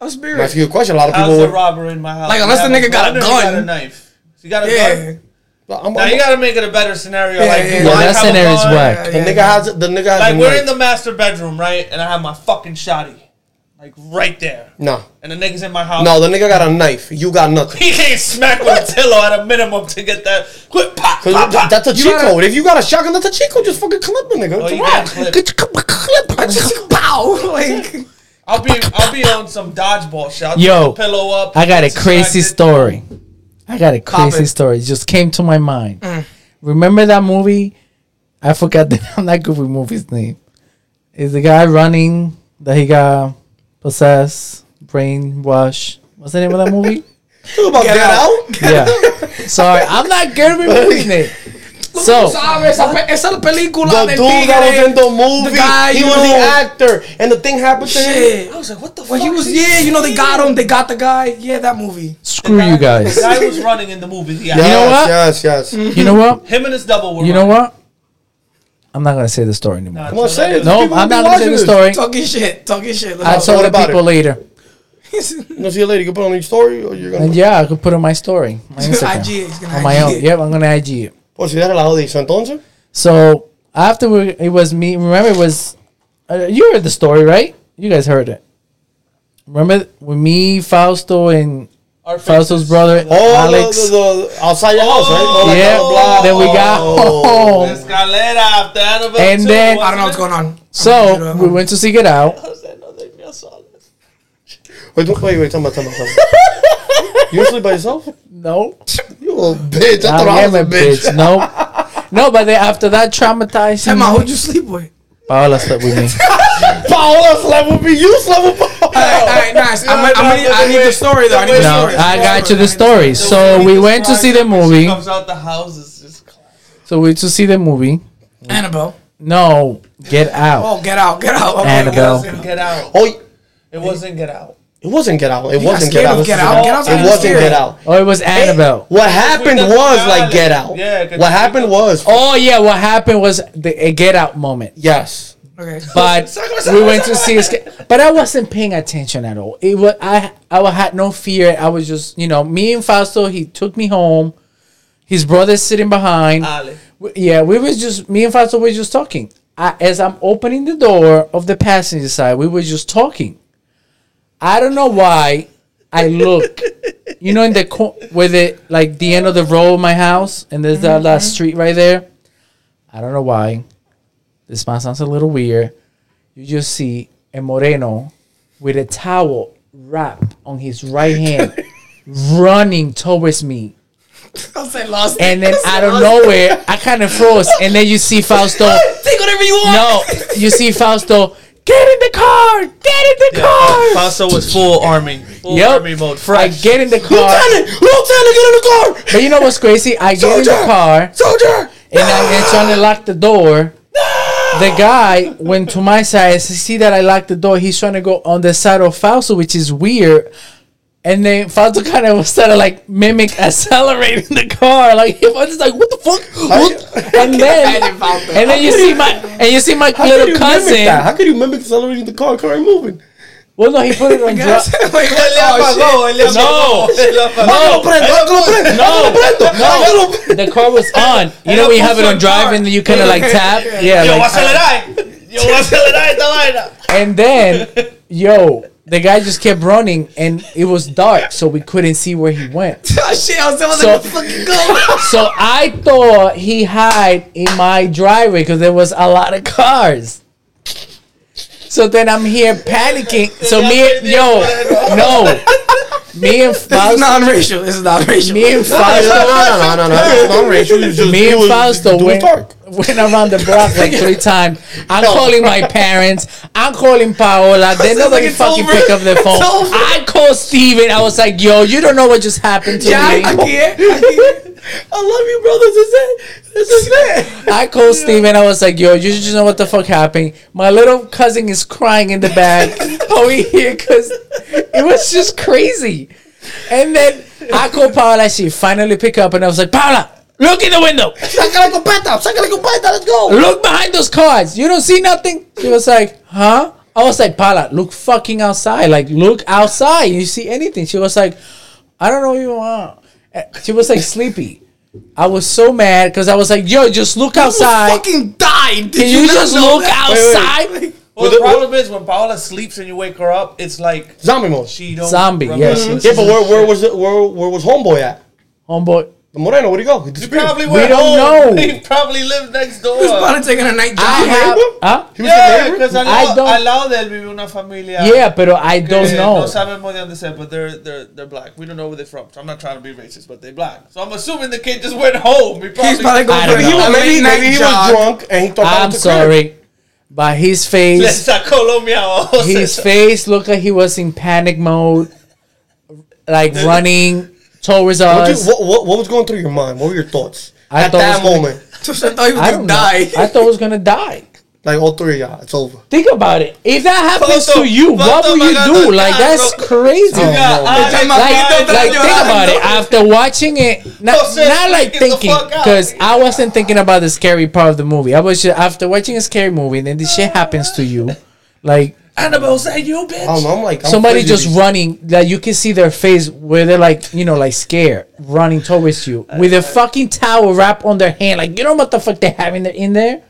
Speaker 2: A spirit.
Speaker 1: That's a good question. A lot of people
Speaker 4: How's the
Speaker 1: would.
Speaker 4: robber in my house?
Speaker 2: Like, unless
Speaker 4: You
Speaker 2: the
Speaker 4: have
Speaker 2: nigga got a
Speaker 4: gun or you Got a
Speaker 2: gun.
Speaker 4: knife. You got a
Speaker 2: yeah.
Speaker 4: gun.
Speaker 1: I'm,
Speaker 4: Now
Speaker 1: I'm,
Speaker 4: you gotta make it a better scenario.
Speaker 2: Yeah,
Speaker 4: like,
Speaker 2: yeah,
Speaker 4: you
Speaker 2: yeah.
Speaker 4: might
Speaker 3: that
Speaker 4: have a
Speaker 3: scenario is
Speaker 4: gun.
Speaker 3: whack.
Speaker 1: the nigga has the nigga has.
Speaker 4: Like
Speaker 1: a
Speaker 4: we're
Speaker 1: knife.
Speaker 4: in the master bedroom, right? And I have my fucking shotty, like right there.
Speaker 1: No,
Speaker 4: And the niggas in my house.
Speaker 1: no. The nigga got a knife. You got
Speaker 4: *laughs*
Speaker 1: nothing.
Speaker 4: He can't smack with a pillow at a minimum to get that quick pop,
Speaker 1: Cause
Speaker 4: pop,
Speaker 1: that-
Speaker 4: pop.
Speaker 1: that's a cheat
Speaker 2: gotta-
Speaker 1: code. If you got a shotgun, that's a cheat code. Just fucking clip the nigga.
Speaker 4: Oh,
Speaker 1: It's a
Speaker 4: you
Speaker 1: wrap.
Speaker 4: can't clip.
Speaker 1: Get your clip. I
Speaker 2: *laughs*
Speaker 1: just-
Speaker 2: Pow. Like.
Speaker 4: I'll be I'll be on some dodgeball shit. I'll
Speaker 3: Yo,
Speaker 4: put the pillow up.
Speaker 3: I got a
Speaker 4: get
Speaker 3: crazy
Speaker 4: distracted.
Speaker 3: story. I got a crazy
Speaker 2: it.
Speaker 3: story. It just came to my mind.
Speaker 1: Mm.
Speaker 3: Remember that movie? I forgot the *laughs* I'm not good with movies name. Is the guy running that he got possessed, brainwash? What's the name of that movie?
Speaker 1: Talk about
Speaker 2: Get
Speaker 1: get,
Speaker 2: out.
Speaker 1: out.
Speaker 3: Yeah. Sorry, I'm not good with movies, Nate. So,
Speaker 2: ¿Sabes? Esa, pe- esa es la película del
Speaker 1: The dude that was
Speaker 2: tigre.
Speaker 1: in the movie,
Speaker 2: guy,
Speaker 1: he
Speaker 2: you
Speaker 1: was
Speaker 2: know.
Speaker 1: the actor, and the thing happened to him.
Speaker 2: Shit.
Speaker 4: I was like, what the
Speaker 2: Well,
Speaker 4: fuck?
Speaker 2: he was,
Speaker 4: is this?
Speaker 2: yeah, you know, they got him. They got the guy. Yeah, that movie.
Speaker 3: screw you guys.
Speaker 4: The guy was running in the movie. Yeah.
Speaker 1: Yes,
Speaker 3: know what?
Speaker 1: Yes, yes.
Speaker 2: Mm.
Speaker 3: You know what?
Speaker 4: Him and his double were
Speaker 3: You know
Speaker 4: running.
Speaker 3: what? I'm not gonna say the story
Speaker 4: Nah,
Speaker 3: anymore.
Speaker 1: Come on,
Speaker 4: so
Speaker 1: say
Speaker 4: that
Speaker 1: it.
Speaker 4: is-
Speaker 3: No,
Speaker 1: people
Speaker 3: I'm
Speaker 1: gonna
Speaker 3: not
Speaker 1: be
Speaker 3: gonna say the
Speaker 1: watching
Speaker 3: story.
Speaker 2: Talking shit. Talking shit.
Speaker 3: I
Speaker 2: Let's *laughs*
Speaker 1: saw-
Speaker 3: told
Speaker 1: What
Speaker 3: the
Speaker 1: about
Speaker 3: people
Speaker 1: it?
Speaker 3: later,
Speaker 1: You know, see you later. You can put it on your story, or you're gonna.
Speaker 3: and yeah, I could put on my story,
Speaker 1: *laughs*
Speaker 3: my Instagram,
Speaker 2: IG it. He's gonna
Speaker 3: on my
Speaker 2: IG
Speaker 3: own.
Speaker 2: it.
Speaker 3: Yep, I'm gonna IG it.
Speaker 1: Pues si era la audición, entonces.
Speaker 3: So after we, it was me. Remember, it was uh, you heard the story, right? You guys heard it. Remember when me, Fausto, and
Speaker 4: Our
Speaker 3: Fausto's
Speaker 4: faces.
Speaker 3: brother
Speaker 1: Oh,
Speaker 3: Alex.
Speaker 1: The, the, the outside your house, right?
Speaker 4: Oh,
Speaker 1: Oh, like on
Speaker 3: yeah.
Speaker 1: the block.
Speaker 3: Then we got *laughs*
Speaker 1: Oh.
Speaker 3: home.
Speaker 4: Escalera after Annabelle
Speaker 3: And
Speaker 4: too,
Speaker 3: then-
Speaker 2: I don't know what's
Speaker 4: wasn't
Speaker 2: going on.
Speaker 3: So we went to seek it out.
Speaker 4: it? I saw this.
Speaker 1: Wait, wait, wait, wait, time out, time out,
Speaker 3: *laughs*
Speaker 1: time out. You sleep by yourself?
Speaker 3: No,
Speaker 2: *laughs*
Speaker 1: You little bitch. I
Speaker 3: I
Speaker 1: thought I
Speaker 3: am
Speaker 1: was
Speaker 3: a
Speaker 1: a bitch. *laughs*
Speaker 3: bitch. No,
Speaker 2: *laughs*
Speaker 3: no. But then after that traumatizing,
Speaker 2: Hey, man, who'd you sleep with?
Speaker 3: Paola slept
Speaker 2: *laughs*
Speaker 3: with me.
Speaker 1: Paola slept with me. You slept with Paola.
Speaker 2: All right, all right, nice. I'm, I'm, I'm, I need the story though. I need the
Speaker 3: No,
Speaker 2: story.
Speaker 3: I got you the
Speaker 2: I
Speaker 3: story.
Speaker 2: need the
Speaker 3: So
Speaker 4: way
Speaker 3: we
Speaker 4: he
Speaker 3: went to see the
Speaker 4: described it when She
Speaker 3: movie.
Speaker 4: comes out the house is just classic.
Speaker 3: So we went to see the movie.
Speaker 2: story. Annabelle.
Speaker 3: No, Get Out.
Speaker 2: Oh, get out, get out. Okay,
Speaker 3: Annabelle.
Speaker 4: It wasn't Get Out.
Speaker 1: Oh,
Speaker 4: It wasn't Get Out.
Speaker 1: it wasn't Get Out. It
Speaker 2: got
Speaker 1: wasn't
Speaker 2: scared
Speaker 1: Get Out.
Speaker 2: of
Speaker 1: This
Speaker 2: Get
Speaker 1: is
Speaker 2: Out. Get Out's
Speaker 1: It
Speaker 2: kinda
Speaker 1: wasn't
Speaker 2: scary.
Speaker 1: Get Out.
Speaker 3: Oh, it was Annabelle.
Speaker 1: What happened
Speaker 4: that's
Speaker 1: was
Speaker 4: not
Speaker 1: like
Speaker 4: it.
Speaker 1: Get Out.
Speaker 4: Yeah, 'cause
Speaker 1: What
Speaker 4: you
Speaker 1: happened
Speaker 4: don't-
Speaker 1: was
Speaker 3: Oh yeah, what happened was the a Get Out moment.
Speaker 1: yes.
Speaker 2: Okay. *laughs*
Speaker 3: But we went to see. a sca- But I wasn't paying attention at all. It was I. I had no fear. I was just you know me and Fausto. He took me home. His brother's sitting behind.
Speaker 2: Ah,
Speaker 4: Ali.
Speaker 3: We- Yeah, we was just me and Fausto were just talking. I, as I'm opening the door of the passenger side, we were just talking. I don't know why. I look, you know, in the co- where the like the end of the row of my house, and there's that last street right there. I don't know why. This might sounds a little weird. You just see a Moreno with a towel wrapped on his right hand, running towards me.
Speaker 2: I'll say lost.
Speaker 3: And then
Speaker 2: I'll say
Speaker 3: out of
Speaker 2: lost.
Speaker 3: nowhere, I kind of froze. And then you see Fausto.
Speaker 2: Take whatever you want.
Speaker 3: No, you see Fausto. Get in the car. Get in the car.
Speaker 4: Fausto was full army. Full
Speaker 3: Yep.
Speaker 4: army mode.
Speaker 3: I
Speaker 4: Fresh.
Speaker 3: get in the car.
Speaker 1: Lieutenant! Lieutenant, get in the car!
Speaker 3: But you know what's crazy? I get in the
Speaker 1: Soldier!
Speaker 3: car
Speaker 1: Soldier!
Speaker 3: and I and trying to lock the door. The guy went to my side. He see that I locked the door. He's trying to go on the side of Fausto, which is weird. And then Fausto kind of started like mimic accelerating the car. Like he was just like, "What the fuck?"
Speaker 1: *laughs*
Speaker 3: What? And then and then you see my and you see my
Speaker 1: How could
Speaker 3: little
Speaker 1: you mimic that?
Speaker 3: cousin.
Speaker 1: How could you mimic accelerating the car? Car ain't moving.
Speaker 3: Well, no, he
Speaker 1: *laughs*
Speaker 3: put it on. dri-
Speaker 2: *laughs* Wait, wait, oh, shit.
Speaker 4: *laughs*
Speaker 3: No.
Speaker 1: Hágalo prendo, hágalo prendo, hágalo prendo, hágalo prendo.
Speaker 3: The car was on. You know, we have it on drive, and you kind of like tap.
Speaker 1: *laughs*
Speaker 3: Yeah,
Speaker 4: Yo,
Speaker 3: like,
Speaker 4: acelerar.
Speaker 3: *laughs*
Speaker 4: Yo, acelerar esta vaina.
Speaker 3: and then yo, the guy just kept running, and it was dark, so we couldn't see where he went.
Speaker 2: Oh, shit, I was I was
Speaker 3: So-
Speaker 2: like, what the fucking
Speaker 3: *laughs*
Speaker 2: go?
Speaker 3: So I thought he hid in my driveway because there was a lot of cars. So then I'm here panicking. So me, and, yo, no, me and
Speaker 2: This is
Speaker 3: Fausto,
Speaker 2: non-racial. This is non-racial.
Speaker 3: me
Speaker 2: *laughs*
Speaker 3: and Fausto.
Speaker 1: No, no, no, no, no, no, no, racial. You just
Speaker 3: Me
Speaker 1: you
Speaker 3: and
Speaker 1: was-
Speaker 3: Fausto
Speaker 1: you was
Speaker 3: went,
Speaker 1: dark.
Speaker 3: went around the
Speaker 2: *laughs*
Speaker 3: block like three times. I'm calling my parents. I'm calling Paola. Then
Speaker 2: It's
Speaker 3: nobody
Speaker 2: like it's
Speaker 3: fucking
Speaker 2: over.
Speaker 3: pick up the
Speaker 2: It's
Speaker 3: phone.
Speaker 2: over.
Speaker 3: I called Steven. I was like, yo, you don't know what just happened to
Speaker 2: Yeah, I
Speaker 3: me.
Speaker 2: can't. I can't.
Speaker 1: I love you, bro. This is it. This is it.
Speaker 3: I called Steven. I was like, yo, you just know what the fuck happened. My little cousin is crying in the back over here because it was just crazy. And then I called Paola. She finally picked up and I was like, Paola, look in the window.
Speaker 1: Sácala con peta. Sácala con peta. Let's go.
Speaker 3: look behind those cars. You don't see nothing. She was like, huh? I was like, Paula, look fucking outside. Like, look outside. You see anything? She was like, I don't know what you want. Eh, She was like sleepy. I was so mad because I was like, yo, just look
Speaker 2: I
Speaker 3: outside.
Speaker 2: fucking died. Did
Speaker 3: Can you
Speaker 2: not
Speaker 3: just
Speaker 2: know
Speaker 3: look
Speaker 2: that?
Speaker 3: outside?
Speaker 4: Well, the problem is when Paola sleeps and you wake her up, it's like
Speaker 1: Zombie mode.
Speaker 4: she don't
Speaker 3: Zombie,
Speaker 4: remember.
Speaker 3: yes, yes.
Speaker 1: Yeah, but where, where was it? Where, where was homeboy at?
Speaker 3: Homeboy.
Speaker 1: The Moreno, where'd he go? He
Speaker 4: She
Speaker 1: disappeared.
Speaker 4: probably
Speaker 1: He
Speaker 4: went
Speaker 3: don't
Speaker 4: home. *laughs*
Speaker 3: know.
Speaker 4: He probably lived next door.
Speaker 2: He was probably taking a night
Speaker 3: I
Speaker 2: job.
Speaker 3: have,
Speaker 1: neighbor?
Speaker 3: huh?
Speaker 1: was
Speaker 4: Yeah,
Speaker 1: your neighbor?
Speaker 4: because al,
Speaker 3: I
Speaker 4: lado-
Speaker 3: don't-
Speaker 4: al lado de él vive una familia.
Speaker 3: Yeah, but I don't
Speaker 4: que
Speaker 3: know.
Speaker 4: No sabemos de dónde sea, but they're, they're, they're black. We don't know where they're from. So I'm not trying to be racist, but they're black. So I'm assuming the kid just went home. He probably,
Speaker 2: He's probably
Speaker 3: I
Speaker 2: going
Speaker 3: don't
Speaker 2: for
Speaker 3: know.
Speaker 1: He
Speaker 2: a
Speaker 1: was, maybe,
Speaker 2: late
Speaker 1: maybe
Speaker 2: night
Speaker 1: he was
Speaker 2: job.
Speaker 1: drunk and he thought that
Speaker 3: I'm
Speaker 1: was the crib.
Speaker 3: sorry. But his
Speaker 4: le *laughs*
Speaker 3: face,
Speaker 4: sacó lo miao.
Speaker 3: his face looked like he was in panic mode, like running. towards
Speaker 1: What, you,
Speaker 3: us.
Speaker 1: what, what, what was going through your mind? What were your thoughts
Speaker 3: I
Speaker 1: at
Speaker 3: thought
Speaker 1: that
Speaker 3: it was gonna-
Speaker 1: moment?
Speaker 2: I thought you
Speaker 3: I
Speaker 2: would
Speaker 3: don't die.
Speaker 2: die. *laughs*
Speaker 3: I thought it was gonna die.
Speaker 1: Like all three of y'all, it's over.
Speaker 3: Think about it. If that happens
Speaker 4: Foto,
Speaker 3: to you, what
Speaker 4: foto,
Speaker 3: will you
Speaker 4: my
Speaker 3: do?
Speaker 4: God,
Speaker 3: Like
Speaker 4: God,
Speaker 3: that's
Speaker 4: bro.
Speaker 3: crazy.
Speaker 1: got-
Speaker 4: I-
Speaker 2: Like-
Speaker 4: I-
Speaker 3: Like, like think about it. After watching it, not,
Speaker 4: Jose,
Speaker 3: not like
Speaker 4: get the
Speaker 3: thinking,
Speaker 4: fuck out.
Speaker 3: because I wasn't thinking about the scary part of the movie. I was just after watching a scary movie, and then this shit happens to you, like
Speaker 4: Annabelle, say you, bitch.
Speaker 2: Oh,
Speaker 1: I don't know. I'm like I'm
Speaker 3: somebody
Speaker 1: crazy.
Speaker 3: just running that you can see their face where they're like you know like scared running towards you with a fucking towel wrap on their hand like you know what the fuck they have in there in there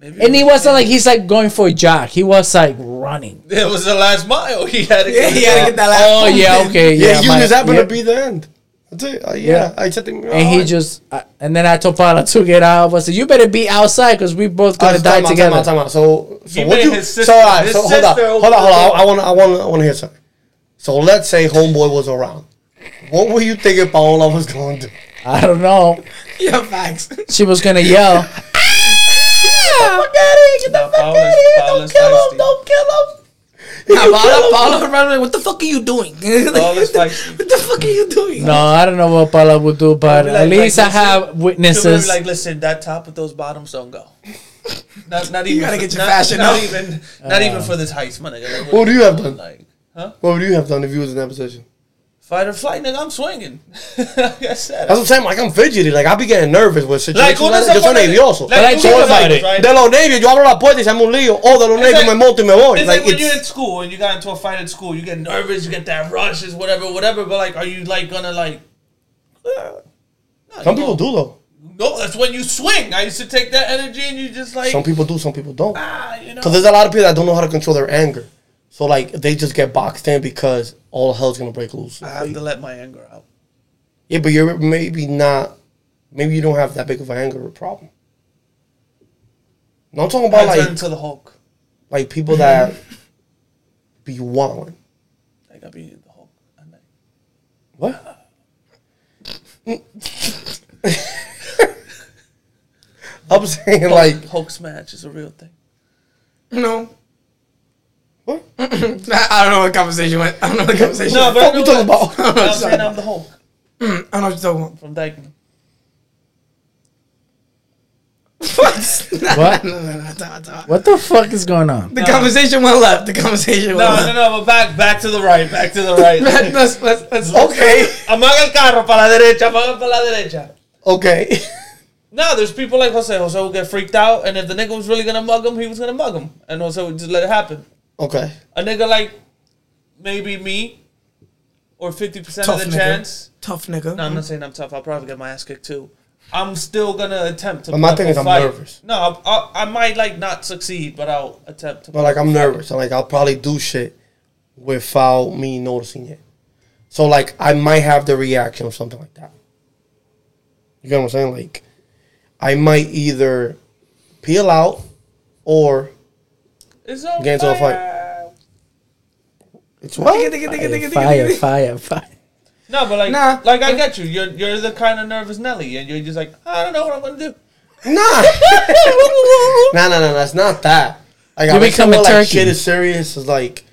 Speaker 4: Maybe
Speaker 3: and he wasn't like he's like going for a jog he was like running
Speaker 4: It was the last mile. *laughs* He had to
Speaker 2: Yeah,
Speaker 4: get
Speaker 2: you
Speaker 4: it
Speaker 2: gotta
Speaker 4: out.
Speaker 2: get that last
Speaker 3: oh
Speaker 2: one
Speaker 3: yeah
Speaker 2: in.
Speaker 3: okay
Speaker 1: Yeah,
Speaker 3: yeah,
Speaker 1: you
Speaker 3: my-
Speaker 1: just happen
Speaker 3: yeah.
Speaker 1: to be the end. That's it. Uh, yeah,
Speaker 3: Yeah.
Speaker 1: I said thing.
Speaker 3: and he just I, and then I told Paula to get out. I said, "You better be outside because we both
Speaker 1: I
Speaker 3: gonna die together."
Speaker 1: Time out, So, so
Speaker 4: He
Speaker 1: what
Speaker 4: made
Speaker 1: you?
Speaker 4: his
Speaker 1: so,
Speaker 4: sister-
Speaker 1: all right,
Speaker 4: his
Speaker 1: so hold on,
Speaker 4: sister
Speaker 1: hold on, hold on.
Speaker 4: over-
Speaker 1: I want, to I want, to I want to hear something. So let's say homeboy was around. What were you thinking Paola was going to do?
Speaker 3: I don't know.
Speaker 2: Yeah, facts.
Speaker 3: She was gonna
Speaker 4: *laughs*
Speaker 3: yell.
Speaker 4: Ah! Nah, Paula's- Paula's feisty.
Speaker 1: kill him.
Speaker 2: Nah,
Speaker 4: *laughs*
Speaker 2: Paula, Paula, Paula, what the fuck are you doing? *laughs* Like,
Speaker 4: Paula's
Speaker 2: what,
Speaker 4: feisty.
Speaker 2: the, what the fuck are you doing?
Speaker 3: No, I don't know what Paula would do, but
Speaker 4: Be
Speaker 3: at
Speaker 4: like-
Speaker 3: least
Speaker 4: like,
Speaker 3: I have
Speaker 4: listen, she'll be
Speaker 3: witnesses.
Speaker 4: Like, listen, that top with those bottoms don't go. Not, not even.
Speaker 2: gotta
Speaker 4: for-
Speaker 2: get your
Speaker 4: not-
Speaker 2: fashion
Speaker 4: Not
Speaker 2: up.
Speaker 4: even. Not
Speaker 3: Uh.
Speaker 4: even for this heist, my nigga. Like,
Speaker 1: What do you have done?
Speaker 4: Like, huh?
Speaker 1: What would you have done if you was in that position?
Speaker 4: Fight or flight, nigga. I'm swinging. *laughs* like I said.
Speaker 1: That's what I'm saying. Like I'm fidgety. Like I be getting nervous with
Speaker 4: Like,
Speaker 1: situations.
Speaker 4: uno
Speaker 1: Like,
Speaker 4: se
Speaker 1: yo soy
Speaker 4: pone-
Speaker 1: nervioso.
Speaker 4: like,
Speaker 3: But I
Speaker 4: uno
Speaker 3: think
Speaker 4: se
Speaker 3: about
Speaker 4: pone,
Speaker 3: it.
Speaker 4: right?
Speaker 1: De los nervios, yo abro la puerta y se arma un lío. Oh, de los nervios
Speaker 4: like-
Speaker 1: me monto y me voy.
Speaker 4: It's
Speaker 1: Like,
Speaker 4: like, when you're in
Speaker 1: it's,
Speaker 4: school and you got into a fight at school, you get nervous, you get that rush, is whatever, whatever. But like, are you like gonna like? uh, no,
Speaker 1: some
Speaker 4: you
Speaker 1: people
Speaker 4: don't.
Speaker 1: do though.
Speaker 4: No, that's when you swing. I used to take that energy and you just like
Speaker 1: Some people do. Some people don't.
Speaker 4: ah, you know.
Speaker 1: Because there's a lot of people that don't know how to control their anger. So like they just get boxed in because all hell's gonna break loose.
Speaker 4: I have to let my anger out.
Speaker 1: yeah, but you're maybe not. Maybe you don't have that big of an anger problem. No, I'm talking
Speaker 4: I
Speaker 1: about
Speaker 4: turn
Speaker 1: like
Speaker 4: into the Hulk.
Speaker 1: like people that be wilding.
Speaker 4: Like I be the Hulk. I'm like,
Speaker 1: What? I'm saying like
Speaker 4: Hulk, Hulk smash is a real thing.
Speaker 2: No. *laughs*
Speaker 1: what?
Speaker 2: I, I don't know what conversation went. I don't know what conversation
Speaker 4: No,
Speaker 2: went. *laughs*
Speaker 1: *laughs*
Speaker 4: but *laughs*
Speaker 1: What you talking about?
Speaker 4: I'm saying I'm the Hulk
Speaker 2: I don't know what you're talking about.
Speaker 1: *laughs*
Speaker 4: from
Speaker 2: *laughs*
Speaker 4: Dykeman.
Speaker 2: What? Nah,
Speaker 3: What?
Speaker 2: nah, nah, nah, nah, nah, nah.
Speaker 3: what the fuck is going on?
Speaker 2: The conversation went left. The conversation went
Speaker 4: No, no,
Speaker 2: left.
Speaker 4: no. But back, back to the right. Back to the right.
Speaker 2: *laughs* let's, let's, let's,
Speaker 1: Okay,
Speaker 4: Amaga el carro para la derecha. Amaga para la derecha.
Speaker 1: okay.
Speaker 4: No, there's people like Jose. Jose will get freaked out, and if the nigga was really gonna mug him, he was gonna mug him, and Jose would just let it happen.
Speaker 1: Okay.
Speaker 4: A nigga like maybe me, or fifty percent of
Speaker 2: Tough
Speaker 4: the
Speaker 2: nigga.
Speaker 4: chance.
Speaker 2: Tough nigga.
Speaker 4: No, I'm not saying I'm tough. I'll probably get my ass kicked too. I'm still gonna attempt to.
Speaker 1: But my
Speaker 4: put up
Speaker 1: thing
Speaker 4: a
Speaker 1: is I'm
Speaker 4: fight.
Speaker 1: nervous.
Speaker 4: No, I, I, I might like not succeed, but I'll attempt to.
Speaker 1: But like I'm nervous. and like I'll probably do shit without me noticing it. So like I might have the reaction or something like that. You get what I'm saying? Like I might either peel out or
Speaker 4: It's all
Speaker 1: Get into a fight.
Speaker 4: fire.
Speaker 1: it's what?
Speaker 2: Digga, digga, digga, digga, digga,
Speaker 3: Fire,
Speaker 2: digga.
Speaker 3: fire, fire.
Speaker 4: No, but like,
Speaker 2: Nah.
Speaker 4: like I get you. You're you're the kind of nervous Nelly, and you're just like, I don't know what I'm gonna do.
Speaker 1: Nah.
Speaker 3: *laughs*
Speaker 1: nah, nah, nah, nah. It's not that. Like I
Speaker 3: You
Speaker 1: make
Speaker 3: become a
Speaker 1: someone, like,
Speaker 3: turkey.
Speaker 1: Shit is serious. It's like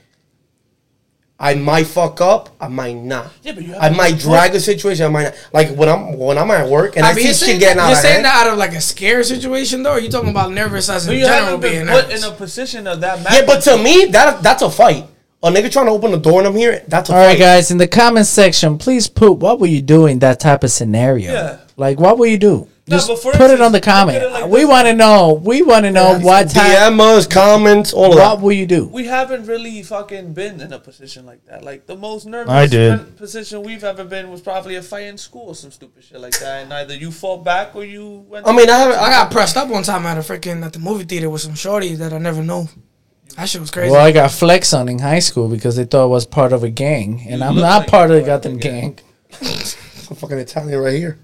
Speaker 1: I might fuck up. I might not.
Speaker 4: Yeah, but you have
Speaker 1: I
Speaker 4: to-
Speaker 1: might drag a situation. I might not. like when I'm when I'm at work and I,
Speaker 2: mean,
Speaker 1: see
Speaker 2: you're
Speaker 1: shit
Speaker 2: saying,
Speaker 1: getting out
Speaker 2: you're
Speaker 1: of
Speaker 2: saying
Speaker 1: hand.
Speaker 2: that out of like a scare situation though, or you talking about nervous as in
Speaker 4: But you
Speaker 2: general
Speaker 4: haven't
Speaker 2: being
Speaker 4: been put
Speaker 2: nervous?
Speaker 4: in a position of that.
Speaker 1: Yeah, but to
Speaker 4: magnitude.
Speaker 1: me, that that's a fight. A nigga trying to open the door and I'm here. That's a
Speaker 3: All right,
Speaker 1: fight.
Speaker 3: guys, in the comment section, please put what would you do in that type of scenario?
Speaker 4: Yeah.
Speaker 3: Like, what would you do?
Speaker 4: No,
Speaker 3: Just
Speaker 4: but for
Speaker 3: put it
Speaker 4: instance,
Speaker 3: on the
Speaker 4: look at
Speaker 3: comment.
Speaker 4: it like
Speaker 3: we
Speaker 4: this.
Speaker 3: want to know. We want to know what type.
Speaker 1: DM us, comments, all of
Speaker 3: What
Speaker 1: that.
Speaker 3: will you do?
Speaker 4: we haven't really fucking been in a position like that. Like the most nervous
Speaker 3: I did.
Speaker 4: pen- position we've ever been was probably a fight in school or some stupid shit like that. And either you fought back or you went.
Speaker 1: I mean, I haven't.
Speaker 2: I
Speaker 1: I got.
Speaker 2: got pressed up one time at a freaking at the movie theater with some shorties that I never knew. That shit was crazy.
Speaker 3: Well, I got flex on in high school because they thought I was part of a gang, and
Speaker 4: You
Speaker 3: I'm
Speaker 4: look
Speaker 3: not
Speaker 4: like
Speaker 3: part of
Speaker 4: you're
Speaker 3: the
Speaker 4: part of
Speaker 3: goddamn
Speaker 4: a
Speaker 3: gang.
Speaker 4: gang.
Speaker 1: I'm fucking Italian right here.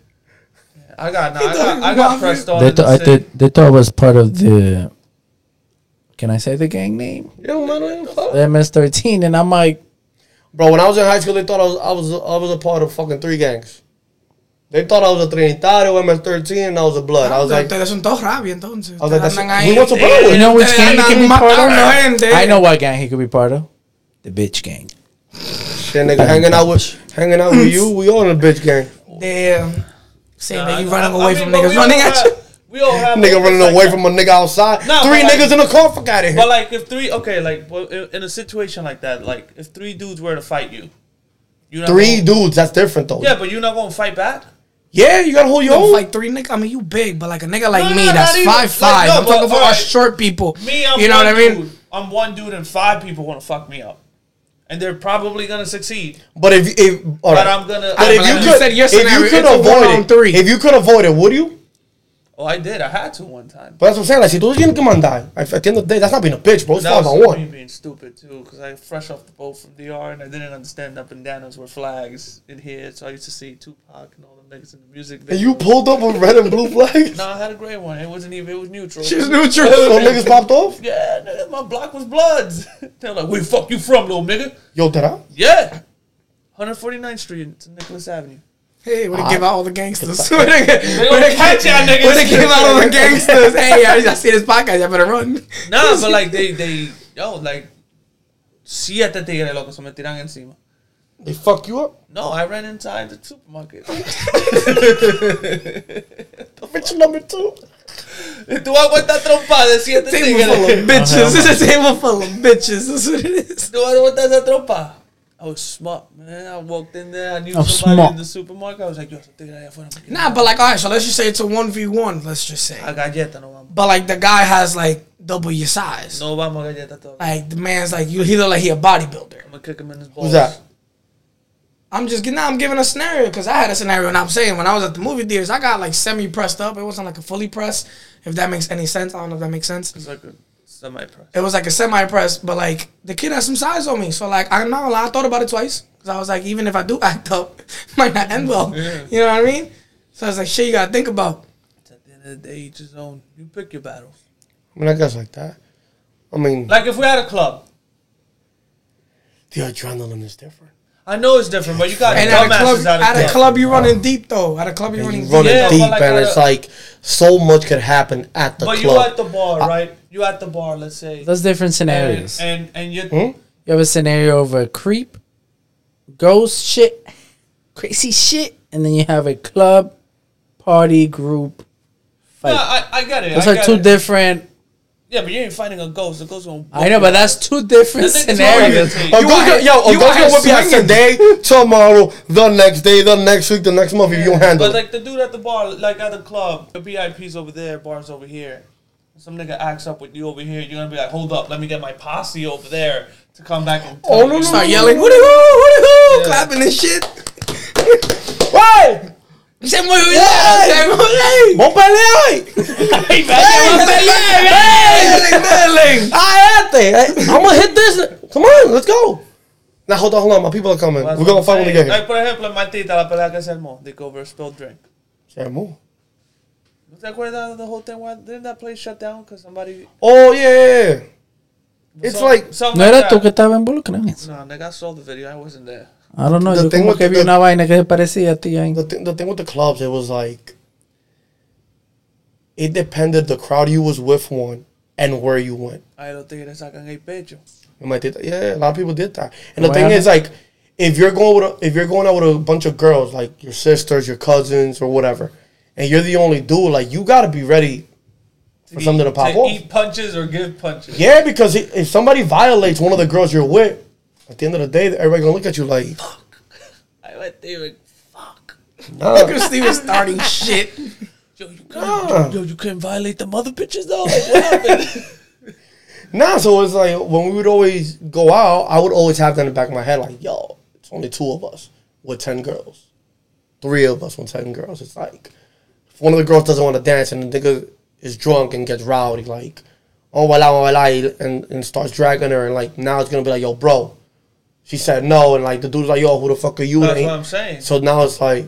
Speaker 4: I got,
Speaker 1: *laughs*
Speaker 4: nah, I got, I got pressed on.
Speaker 3: They
Speaker 4: in the
Speaker 3: thought I
Speaker 4: city.
Speaker 3: did. They thought I was part of the. Can I say the gang name?
Speaker 1: You don't mind what I'm saying?
Speaker 3: The MS13, and I'm like,
Speaker 1: Bro, when I was in high school, they thought I was I was I was a part of fucking three gangs. They thought I was a Trinitario, MS13, and I was a blood. I was like,
Speaker 2: Ustedes son todos rabia, entonces.
Speaker 1: I was like, that's
Speaker 2: Andan
Speaker 1: we
Speaker 2: ahí.
Speaker 1: went to Broadway.
Speaker 3: you know which
Speaker 2: Ustedes
Speaker 3: gang he
Speaker 2: andan
Speaker 3: could be part of?
Speaker 2: matando gente.
Speaker 3: I know what gang he could be part of. The bitch gang.
Speaker 1: That nigga hanging out with hanging out with you. We all in the bitch gang.
Speaker 2: Damn. um, Saying that you
Speaker 4: Nah,
Speaker 2: running
Speaker 4: I- I
Speaker 2: away
Speaker 4: mean,
Speaker 2: from
Speaker 4: but
Speaker 2: niggas
Speaker 4: we all
Speaker 2: running at
Speaker 4: have-
Speaker 2: you.
Speaker 4: We all have
Speaker 1: Nigga
Speaker 4: moments
Speaker 1: running
Speaker 4: like
Speaker 1: away
Speaker 4: that.
Speaker 1: from a nigga outside.
Speaker 4: Nah,
Speaker 1: Three
Speaker 4: but
Speaker 1: niggas
Speaker 4: like-
Speaker 1: in the car. Fuck out of here.
Speaker 4: But like, if three, okay, like well, in in a situation like that, like if three dudes were to fight you, you not
Speaker 1: Three
Speaker 4: Gonna,
Speaker 1: dudes. That's different though.
Speaker 4: yeah, but you're not gonna fight back.
Speaker 1: Yeah, you gotta hold your
Speaker 2: Yo,
Speaker 1: own.
Speaker 2: like three nigga. I mean, you big, but like a nigga like
Speaker 4: No, no,
Speaker 2: me
Speaker 4: no,
Speaker 2: that's
Speaker 4: not even-
Speaker 2: five five.
Speaker 4: like, no,
Speaker 2: I'm talking
Speaker 4: but,
Speaker 2: about
Speaker 4: alright.
Speaker 2: us short people.
Speaker 4: Me, I'm
Speaker 2: you know
Speaker 4: one
Speaker 2: what I mean?
Speaker 4: Dude. I'm one dude, and five people want to fuck me up, and they're probably gonna succeed.
Speaker 1: But if if all right.
Speaker 4: But I'm gonna.
Speaker 1: But
Speaker 4: I'm
Speaker 2: but
Speaker 1: if you
Speaker 2: like
Speaker 4: gonna-
Speaker 2: you
Speaker 1: could,
Speaker 2: said, your
Speaker 1: if you
Speaker 2: scenario,
Speaker 1: could
Speaker 2: it's a
Speaker 1: avoid
Speaker 2: one on
Speaker 1: it,
Speaker 2: three.
Speaker 1: if you could avoid it, would you?
Speaker 4: oh, I did. I had to one time.
Speaker 1: But that's what I'm saying. Like, si tú tienes que mandar, at the end of the day, that's not being a bitch, bro. It's
Speaker 4: That
Speaker 1: five on
Speaker 4: was
Speaker 1: one.
Speaker 4: me being stupid too, because I fresh off the boat from DR and I didn't understand up and downs were flags in here. So I used to see Tupac and all the niggas in the music.
Speaker 1: And you
Speaker 4: video.
Speaker 1: pulled up with red and
Speaker 4: *laughs*
Speaker 1: blue flags? *laughs*
Speaker 4: No, I had a great one. It wasn't even. It was neutral.
Speaker 2: She's
Speaker 4: *laughs*
Speaker 2: neutral.
Speaker 1: So niggas popped off?
Speaker 4: Yeah, nigga, my block was Bloods. *laughs* They're like, where fuck you from, little nigga?
Speaker 1: Yo, did I?
Speaker 4: Yeah. 149th Street to Nicholas Avenue.
Speaker 2: Hey, would have give out all the
Speaker 1: *laughs*
Speaker 2: gangsters. *laughs* Would have
Speaker 4: gonna catch y'all niggas.
Speaker 2: give out all the gangsters. Hey, I, I see this podcast. Y'all better run.
Speaker 4: Nah,
Speaker 2: *laughs*
Speaker 4: but like they they yo like siete tigres locos me tiran encima.
Speaker 1: They fuck you up?
Speaker 4: No, I ran inside the supermarket. *laughs*
Speaker 1: Bitch number two.
Speaker 4: Tú aguantas trompa de siete
Speaker 2: Table full
Speaker 1: *laughs*
Speaker 4: tigres.
Speaker 2: of bitches. This is a table full of bitches. That's what it is.
Speaker 4: Tú aguantas esa trompa. I was smart, man. I walked in there. I knew
Speaker 3: I'm
Speaker 4: somebody
Speaker 3: smart.
Speaker 4: in the supermarket. I was like, yo, esa tigre allá afuera. me
Speaker 2: Nah,
Speaker 4: quiere-
Speaker 2: but like, all right. So let's just say it's a one v one. Let's just say.
Speaker 4: A galleta no vamos.
Speaker 2: But like, the guy has like double your size.
Speaker 4: No vamos a galleta todavía.
Speaker 2: Like the man's like you. He look like he a bodybuilder.
Speaker 4: I'm gonna kick him in his balls.
Speaker 1: Who's that?
Speaker 2: I'm just now I'm giving a scenario because I had a scenario and I'm saying when I was at the movie theaters I got like semi pressed up. It wasn't like a fully press, if that makes any sense. I don't know if that makes sense.
Speaker 4: It's like a semi-press.
Speaker 2: It was like a semi press, but like the kid has some size on me, so like I'm not gonna lie, I thought about it twice because I was like, even if I do *laughs* act up, it might not end well. You know what I mean? So I was like, shit, you gotta think about.
Speaker 4: At the end of the day, each his own. You pick your battles.
Speaker 1: I mean, I guess like that. I mean,
Speaker 4: Like if we had a club,
Speaker 1: the adrenaline is different.
Speaker 4: I know it's different, but you got
Speaker 2: And at a
Speaker 4: dumbasses
Speaker 2: club,
Speaker 4: out of
Speaker 2: at a
Speaker 4: club.
Speaker 2: club, you running deep though. At a club, you
Speaker 1: And
Speaker 2: running
Speaker 1: you
Speaker 2: deep.
Speaker 1: running
Speaker 4: Yeah, but
Speaker 1: deep,
Speaker 4: like
Speaker 1: and
Speaker 4: a-
Speaker 1: it's like so much could happen at the
Speaker 4: But you
Speaker 1: club.
Speaker 4: at the bar, right? You at the bar, let's say.
Speaker 3: That's different
Speaker 4: and,
Speaker 3: scenarios.
Speaker 4: and and you
Speaker 1: Hmm?
Speaker 3: You have a scenario of a creep, ghost shit, crazy shit, and then you have a club, party, group,
Speaker 4: no,
Speaker 3: fight.
Speaker 4: I, I get it.
Speaker 3: Those
Speaker 4: I
Speaker 3: are
Speaker 4: get
Speaker 3: two
Speaker 4: it.
Speaker 3: different.
Speaker 4: Yeah, but you ain't fighting a ghost. The ghost gonna.
Speaker 3: I know, but that's two different
Speaker 4: That's like
Speaker 3: scenarios.
Speaker 4: throwing a
Speaker 1: A
Speaker 4: You
Speaker 1: girl
Speaker 2: out here-
Speaker 1: can- yo, a
Speaker 2: you
Speaker 1: girl
Speaker 2: out here
Speaker 1: can whip your ass
Speaker 2: swinging.
Speaker 1: today, tomorrow, the next day, the next week, the next month if you don't handle
Speaker 4: But
Speaker 1: it.
Speaker 4: like the dude at the bar, like at the club, the VIP's over there, bars over here. Some nigga acts up with you over here. You're gonna be like, hold up, let me get my posse over there to come back and. tell
Speaker 2: Oh no!
Speaker 4: you."
Speaker 2: no,
Speaker 4: *laughs*
Speaker 2: Start yelling, hoo hoo, hoo hoo, clapping and shit.
Speaker 1: Hey!
Speaker 2: Se movió, se movió.
Speaker 1: ¡Vamos a pelear hoy!
Speaker 4: Hey, man,
Speaker 2: Dale, dale, dale.
Speaker 4: Ah,
Speaker 1: I had that. I'm gonna hit this. Come on, let's go. Now hold on, hold on. My people are coming.
Speaker 4: That's
Speaker 1: We're
Speaker 4: what
Speaker 1: gonna
Speaker 4: I'm
Speaker 1: fight when we
Speaker 4: saying.
Speaker 1: get
Speaker 4: Like,
Speaker 1: here.
Speaker 4: por ejemplo, en Martita, la pelea que se armó, de que over a spilled drink.
Speaker 1: Yeah, move.
Speaker 4: ¿No te acuerdas de the whole thing? Why, didn't that place shut down? Because somebody.
Speaker 1: Oh yeah, yeah, yeah. It's
Speaker 4: some-
Speaker 1: like
Speaker 4: something
Speaker 3: No era
Speaker 4: like
Speaker 3: tú que
Speaker 4: that.
Speaker 3: estaba involucrado en eso.
Speaker 4: No, nigga, I saw the video. I wasn't there.
Speaker 3: I don't know.
Speaker 1: The
Speaker 3: Yo
Speaker 1: thing
Speaker 3: como
Speaker 1: with
Speaker 3: que
Speaker 1: the-
Speaker 3: vi una vaina que se parecía a ti. ahí.
Speaker 1: the thing, the thing with the clubs. It was like it depended the crowd you was with one and where you went.
Speaker 4: Ahí los tigres sacan el pecho.
Speaker 1: And my did yeah, a lot of people did that. And the
Speaker 3: What
Speaker 1: thing is like if you're going with a, if you're going out with a bunch of girls like your sisters, your cousins, or whatever, and you're the only dude, like you gotta be ready for something to pop off.
Speaker 4: eat punches or give punches.
Speaker 1: Yeah, because i- if somebody violates one of the girls you're with, at the end of the day, everybody gonna look at you like,
Speaker 4: I went there like, fuck. Uh,
Speaker 1: nah,
Speaker 2: Chris Steve was starting shit.
Speaker 4: Yo, you couldn't, yo, you couldn't violate the mother bitches though? Like, what happened?
Speaker 1: nah. So it's like when we would always go out, I would always have that in the back of my head, like, yo, it's only two of us with ten girls, three of us with ten girls. It's like if one of the girls doesn't want to dance and the nigga is drunk and gets rowdy, like, oh wala oh, wala, and and starts dragging her, and like now it's gonna be like, yo, bro, she said no, and like the dude's like, yo, who the fuck are you?
Speaker 4: That's
Speaker 1: Ain't-
Speaker 4: what I'm saying.
Speaker 1: So now it's like.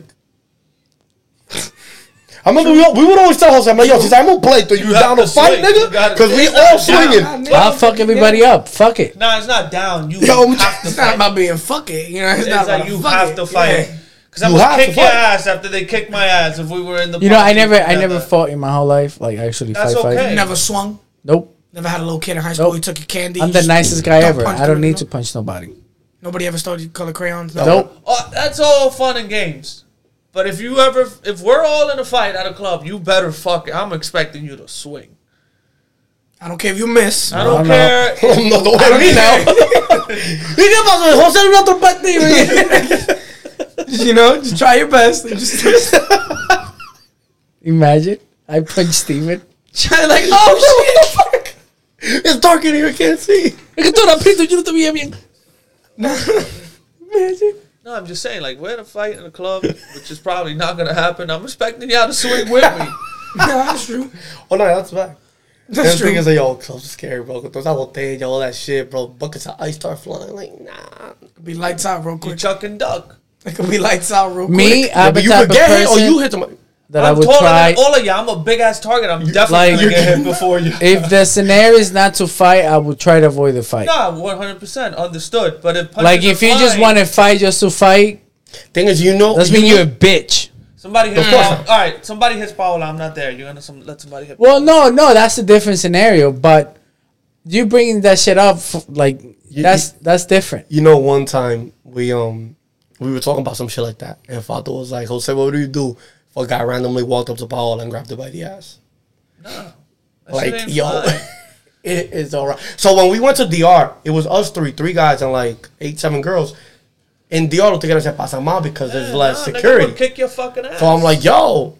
Speaker 1: I remember we, all- we would always tell her, I'm like, yo, since I'm gonna play, you, you
Speaker 4: have
Speaker 1: down to
Speaker 4: to
Speaker 1: fight,
Speaker 4: swing. You
Speaker 1: nigga?
Speaker 4: gotta-
Speaker 1: Because we
Speaker 4: it's
Speaker 1: all
Speaker 4: not down.
Speaker 1: swinging.
Speaker 3: I'll fuck everybody up. Fuck it.
Speaker 4: nah, it's not down. You
Speaker 1: Yo,
Speaker 4: have to
Speaker 2: It's not
Speaker 4: fight.
Speaker 2: about being fuck it, you know. It's,
Speaker 4: it's
Speaker 2: not about
Speaker 4: like you
Speaker 2: fuck
Speaker 4: have
Speaker 2: it.
Speaker 4: to fight.
Speaker 2: Yeah.
Speaker 4: Because I
Speaker 1: You have
Speaker 4: would
Speaker 1: to
Speaker 4: kick your
Speaker 1: fight.
Speaker 4: ass after they kicked my ass if we were in the
Speaker 3: You know, I
Speaker 4: party
Speaker 3: never, I
Speaker 4: together.
Speaker 3: never fought in my whole life. Like actually,
Speaker 4: That's
Speaker 3: fight,
Speaker 4: okay.
Speaker 3: fight.
Speaker 2: Never swung.
Speaker 3: Nope.
Speaker 2: Never had a little kid in high school.
Speaker 3: Nope.
Speaker 2: who took your candy.
Speaker 3: I'm
Speaker 2: you
Speaker 3: the
Speaker 2: just
Speaker 3: nicest guy
Speaker 2: don't
Speaker 3: ever.
Speaker 2: punch
Speaker 3: I don't
Speaker 2: through
Speaker 3: need to
Speaker 2: the-
Speaker 3: punch nobody.
Speaker 2: Nobody ever started color crayons.
Speaker 1: Nope.
Speaker 4: Oh, that's all fun and games. But if you ever, if we're all in a fight at a club, you better fuck. I'm expecting you to swing.
Speaker 2: I don't care if you miss.
Speaker 4: I don't
Speaker 3: No, no.
Speaker 1: *laughs*
Speaker 4: care.
Speaker 1: No, no, don't hit me
Speaker 4: *laughs*
Speaker 1: now. ¿Y qué pasó? Dejó ser una trompeta
Speaker 2: *laughs*
Speaker 1: y
Speaker 2: you know, just try your best. And just
Speaker 3: Imagine I punch
Speaker 4: *laughs*
Speaker 3: Steven.
Speaker 2: try like, oh shit.
Speaker 1: It's dark in here, I can't see.
Speaker 3: Imagine.
Speaker 4: No, I'm just saying, like, we're in a fight in a club, which is probably not going to happen. I'm expecting y'all to swing with me.
Speaker 2: yeah, that's true.
Speaker 1: Oh, no, that's back. And
Speaker 2: That's
Speaker 1: the thing
Speaker 2: true.
Speaker 1: is, like, yo, clubs are scary, bro. Those that botella, all that shit, bro. Buckets of ice start flying. Like, nah.
Speaker 2: Could be lights out real
Speaker 4: You
Speaker 3: *laughs*
Speaker 2: quick.
Speaker 4: chuck and duck.
Speaker 2: It could be lights out real quick.
Speaker 3: Me,
Speaker 1: but
Speaker 3: I'm the
Speaker 1: you
Speaker 3: type
Speaker 1: could
Speaker 3: of
Speaker 1: get hit or
Speaker 3: person
Speaker 1: you hit somebody.
Speaker 3: that i
Speaker 4: I'm
Speaker 3: would
Speaker 4: taller
Speaker 3: try.
Speaker 4: than all of y'all. I'm a big ass target. I'm definitely
Speaker 3: like-
Speaker 4: going to
Speaker 3: *laughs*
Speaker 4: get hit before you.
Speaker 3: If the scenario is not to fight, I would try to avoid the fight.
Speaker 4: Nah, 100% understood. But if punches
Speaker 3: like if
Speaker 4: are
Speaker 3: you just
Speaker 4: flying,
Speaker 3: want to fight just to fight,
Speaker 1: Thing is, you know.
Speaker 3: that's
Speaker 1: you
Speaker 3: mean you're a
Speaker 1: know-
Speaker 3: bitch.
Speaker 4: somebody hits
Speaker 1: Of course
Speaker 4: Paola.
Speaker 1: not.
Speaker 4: All right, somebody hits Paola. I'm not there. You're going to some, let somebody hit.
Speaker 3: Well, no, no, that's a different scenario. But you bringing that shit up, f- like that's that's different.
Speaker 1: You know, one time we um we were talking about some shit like that, and Fato was like, "Jose, what do you do?" If a guy randomly walked up to Paola and grabbed her by the ass,
Speaker 4: That shit
Speaker 1: like,
Speaker 4: ain't
Speaker 1: yo,
Speaker 3: *laughs*
Speaker 4: flying.
Speaker 1: *laughs* it is all right. So when we went to DR, it was us three, three guys and like eight, seven girls. In DR, lo que se pasa mal because there's
Speaker 4: Yeah,
Speaker 1: less
Speaker 4: nah, nigga,
Speaker 1: security.
Speaker 4: we'll kick your fucking ass.
Speaker 1: So I'm like, yo,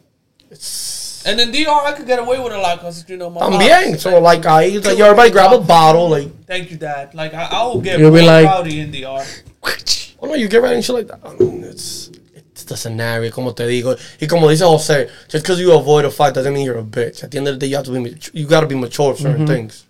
Speaker 4: and then DR, I could get away with a lot because you know my.
Speaker 1: I'm
Speaker 4: pops.
Speaker 1: bien. So like, I he's like, yo, everybody grab a bottle, like,
Speaker 4: Thank you, Dad. Like I, I will get
Speaker 3: You'll be
Speaker 4: real
Speaker 3: like-
Speaker 4: rowdy in DR.
Speaker 1: oh no, you get right and shit like that. I mean, it's it's the scenario, como te digo. Y como dice Jose, just because you avoid a fight doesn't mean you're a bitch. At the end of the day, you have to be mature. you got to be mature of certain things.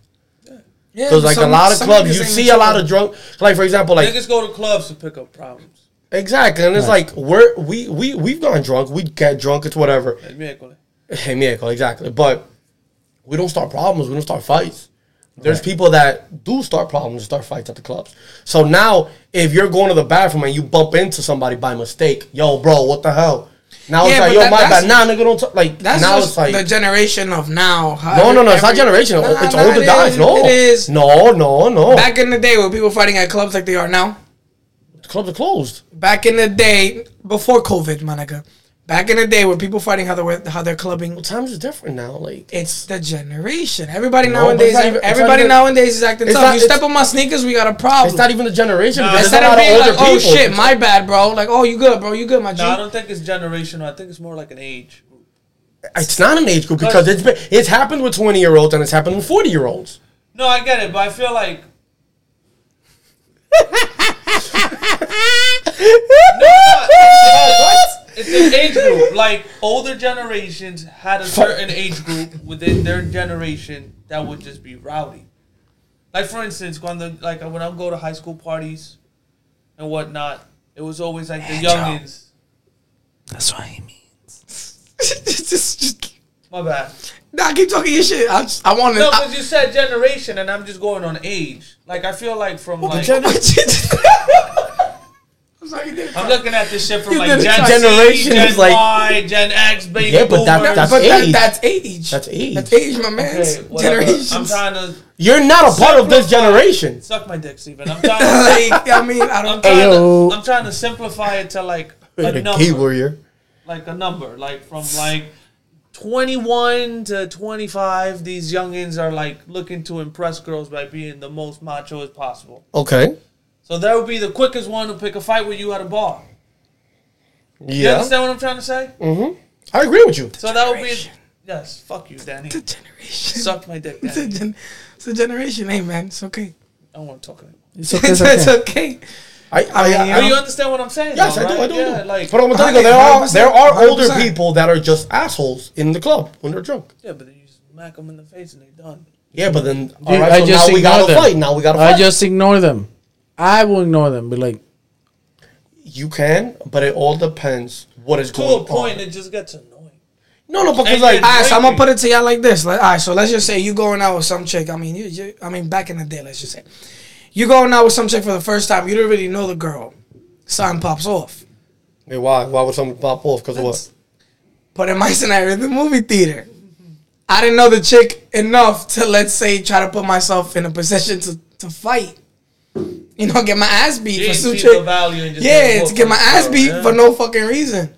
Speaker 2: Yeah,
Speaker 1: Because like
Speaker 2: some-
Speaker 1: a lot of
Speaker 2: some
Speaker 1: clubs,
Speaker 2: niggas
Speaker 1: you
Speaker 2: ain't
Speaker 1: see a lot
Speaker 2: mature.
Speaker 1: of drunk. Like for example, like
Speaker 4: Niggas go to clubs to pick up problems.
Speaker 1: exactly, and it's like we're we we we've gone drunk. We get drunk. It's whatever. *laughs*
Speaker 4: El miércoles.
Speaker 1: Hey, Mieko, exactly. But we don't start problems. We don't start fights. There's people that do start problems and start fights at the clubs. So now, if you're going to the bathroom and you bump into somebody by mistake, yo, bro, what the hell? Now
Speaker 2: Yeah,
Speaker 1: it's like,
Speaker 2: but
Speaker 1: yo,
Speaker 2: that-
Speaker 1: my
Speaker 2: that's-
Speaker 1: bad. Nah, nigga, don't talk. Like,
Speaker 2: That's
Speaker 1: now
Speaker 2: just
Speaker 1: it's like.
Speaker 2: the generation of now. How
Speaker 1: no, no, no, it's not
Speaker 2: every-
Speaker 1: generational.
Speaker 2: Nah,
Speaker 1: it's
Speaker 2: nah,
Speaker 1: older
Speaker 2: it
Speaker 1: guys.
Speaker 2: is,
Speaker 1: No.
Speaker 2: It is.
Speaker 1: No, no, no.
Speaker 2: Back in the day, were people fighting at clubs like they are now?
Speaker 1: clubs are closed.
Speaker 2: Back in the day, before COVID, Monica. Back in the day, were people fighting how they were, how they're clubbing?
Speaker 1: Times are different now. Like,
Speaker 2: It's the generation. Everybody
Speaker 1: No, but
Speaker 2: nowadays,
Speaker 1: it's not even- it's not
Speaker 2: everybody
Speaker 1: even-
Speaker 2: nowadays is acting
Speaker 1: It's
Speaker 2: tough.
Speaker 1: not-
Speaker 2: you
Speaker 1: it's-
Speaker 2: step on my sneakers, we got a problem.
Speaker 1: it's not even the generation. because
Speaker 2: Instead of
Speaker 1: there's a lot of
Speaker 2: being
Speaker 1: older
Speaker 2: like, oh
Speaker 1: people.
Speaker 2: shit, my bad, bro. Like, oh, you good, bro. You good, my G.
Speaker 4: No, I don't think it's generational. I think it's more like an age. group.
Speaker 1: It's not an age group because it's been, it's happened with 20 year olds and it's happened with 40 year olds.
Speaker 4: No, I get it, but I feel like it's an age
Speaker 1: *laughs*
Speaker 4: group. Like older generations had a certain age group within their generation that would just be rowdy. Like for instance, when the, like when I go to high school parties and whatnot, it was always like the youngins.
Speaker 3: That's what I mean.
Speaker 2: *laughs* just, just, just,
Speaker 4: My bad.
Speaker 2: nah, keep talking your shit. I, just, I want to.
Speaker 4: No,
Speaker 1: Uh,
Speaker 4: because you said generation, and I'm just going on age. Like I feel like from like
Speaker 2: I'm sorry, you did.
Speaker 4: I'm looking at this
Speaker 1: *laughs*
Speaker 4: shit from
Speaker 2: You
Speaker 4: like
Speaker 2: did it
Speaker 4: Gen
Speaker 2: twice.
Speaker 4: generation,
Speaker 1: Generation
Speaker 4: Gen
Speaker 1: is like-
Speaker 4: Y, Gen X, baby
Speaker 1: Yeah, but that-
Speaker 4: boomers.
Speaker 1: that's
Speaker 2: but
Speaker 1: age.
Speaker 2: That, that's age.
Speaker 1: That's age.
Speaker 2: That's age, my man.
Speaker 4: Okay, whatever. I'm
Speaker 2: Generations.
Speaker 4: trying to
Speaker 1: You're not a part of this generation.
Speaker 4: suck my dick, Steven. I'm
Speaker 1: *laughs*
Speaker 4: trying. To,
Speaker 2: *laughs*
Speaker 4: *laughs*
Speaker 2: like, I mean, I
Speaker 4: I'm
Speaker 2: don't.
Speaker 4: trying
Speaker 3: Ayo.
Speaker 4: to. I'm trying to simplify it
Speaker 1: *laughs*
Speaker 4: to like a
Speaker 1: The key
Speaker 4: number,
Speaker 1: warrior.
Speaker 4: like a number, like from like 21 to 25. These youngins are like looking to impress girls by being the most macho as possible.
Speaker 1: Okay.
Speaker 4: So that would be the quickest one to pick a fight with you at a bar. You
Speaker 1: Yeah.
Speaker 4: understand what I'm trying to say?
Speaker 1: I agree with you.
Speaker 4: So that would be. Yes, fuck you, Danny.
Speaker 2: It's a generation.
Speaker 4: Suck my dick,
Speaker 2: It's a,
Speaker 4: Danny.
Speaker 1: *laughs*
Speaker 2: gen- it's a generation. Hey, man, it's okay.
Speaker 4: I don't want to talk anymore.
Speaker 3: It's okay. *laughs*
Speaker 2: *laughs*
Speaker 3: It's
Speaker 2: it's
Speaker 3: okay.
Speaker 2: okay.
Speaker 1: I, I,
Speaker 2: mean,
Speaker 1: I,
Speaker 4: But you understand what I'm saying?
Speaker 1: yes,
Speaker 4: though,
Speaker 1: I do. I
Speaker 4: right?
Speaker 1: do.
Speaker 4: Yeah,
Speaker 1: I do.
Speaker 4: like,
Speaker 1: but I'm gonna tell you,
Speaker 2: Hundred-
Speaker 1: there are
Speaker 2: 100%,
Speaker 1: there are older
Speaker 2: 100%.
Speaker 1: people that are just assholes in the club when they're drunk.
Speaker 4: yeah, but then you smack them in the face and they done.
Speaker 1: Yeah, but then all
Speaker 3: Dude,
Speaker 1: right,
Speaker 3: I
Speaker 1: so
Speaker 3: just
Speaker 1: now we gotta
Speaker 3: ignore them.
Speaker 1: fight. Now we gotta fight.
Speaker 3: I just ignore them. I will ignore them. Be like,
Speaker 1: you can, but it all depends what is
Speaker 4: To
Speaker 1: going
Speaker 4: a point,
Speaker 1: on.
Speaker 4: it just gets annoying.
Speaker 1: No, no, because
Speaker 4: And
Speaker 1: like
Speaker 4: then-
Speaker 2: All right, so I'm
Speaker 4: Wait,
Speaker 2: gonna put it to y'all like this. Like, all right, so let's just say you going out with some chick. I mean, you, you, I mean, back in the day, let's just say you going out with some chick for the first time. You don't really know the girl. Sign pops off.
Speaker 1: Wait, why why would someone pop off? Because of what?
Speaker 2: But in my scenario, the movie theater, I didn't know the chick enough to let's say try to put myself in a position to to fight. you know, get my ass beat
Speaker 4: You
Speaker 2: for
Speaker 4: didn't
Speaker 2: some
Speaker 4: see
Speaker 2: chick.
Speaker 4: the value in just
Speaker 2: Yeah,
Speaker 4: going
Speaker 2: to get my
Speaker 4: for it,
Speaker 2: ass
Speaker 4: so,
Speaker 2: beat
Speaker 4: yeah.
Speaker 2: for no fucking reason.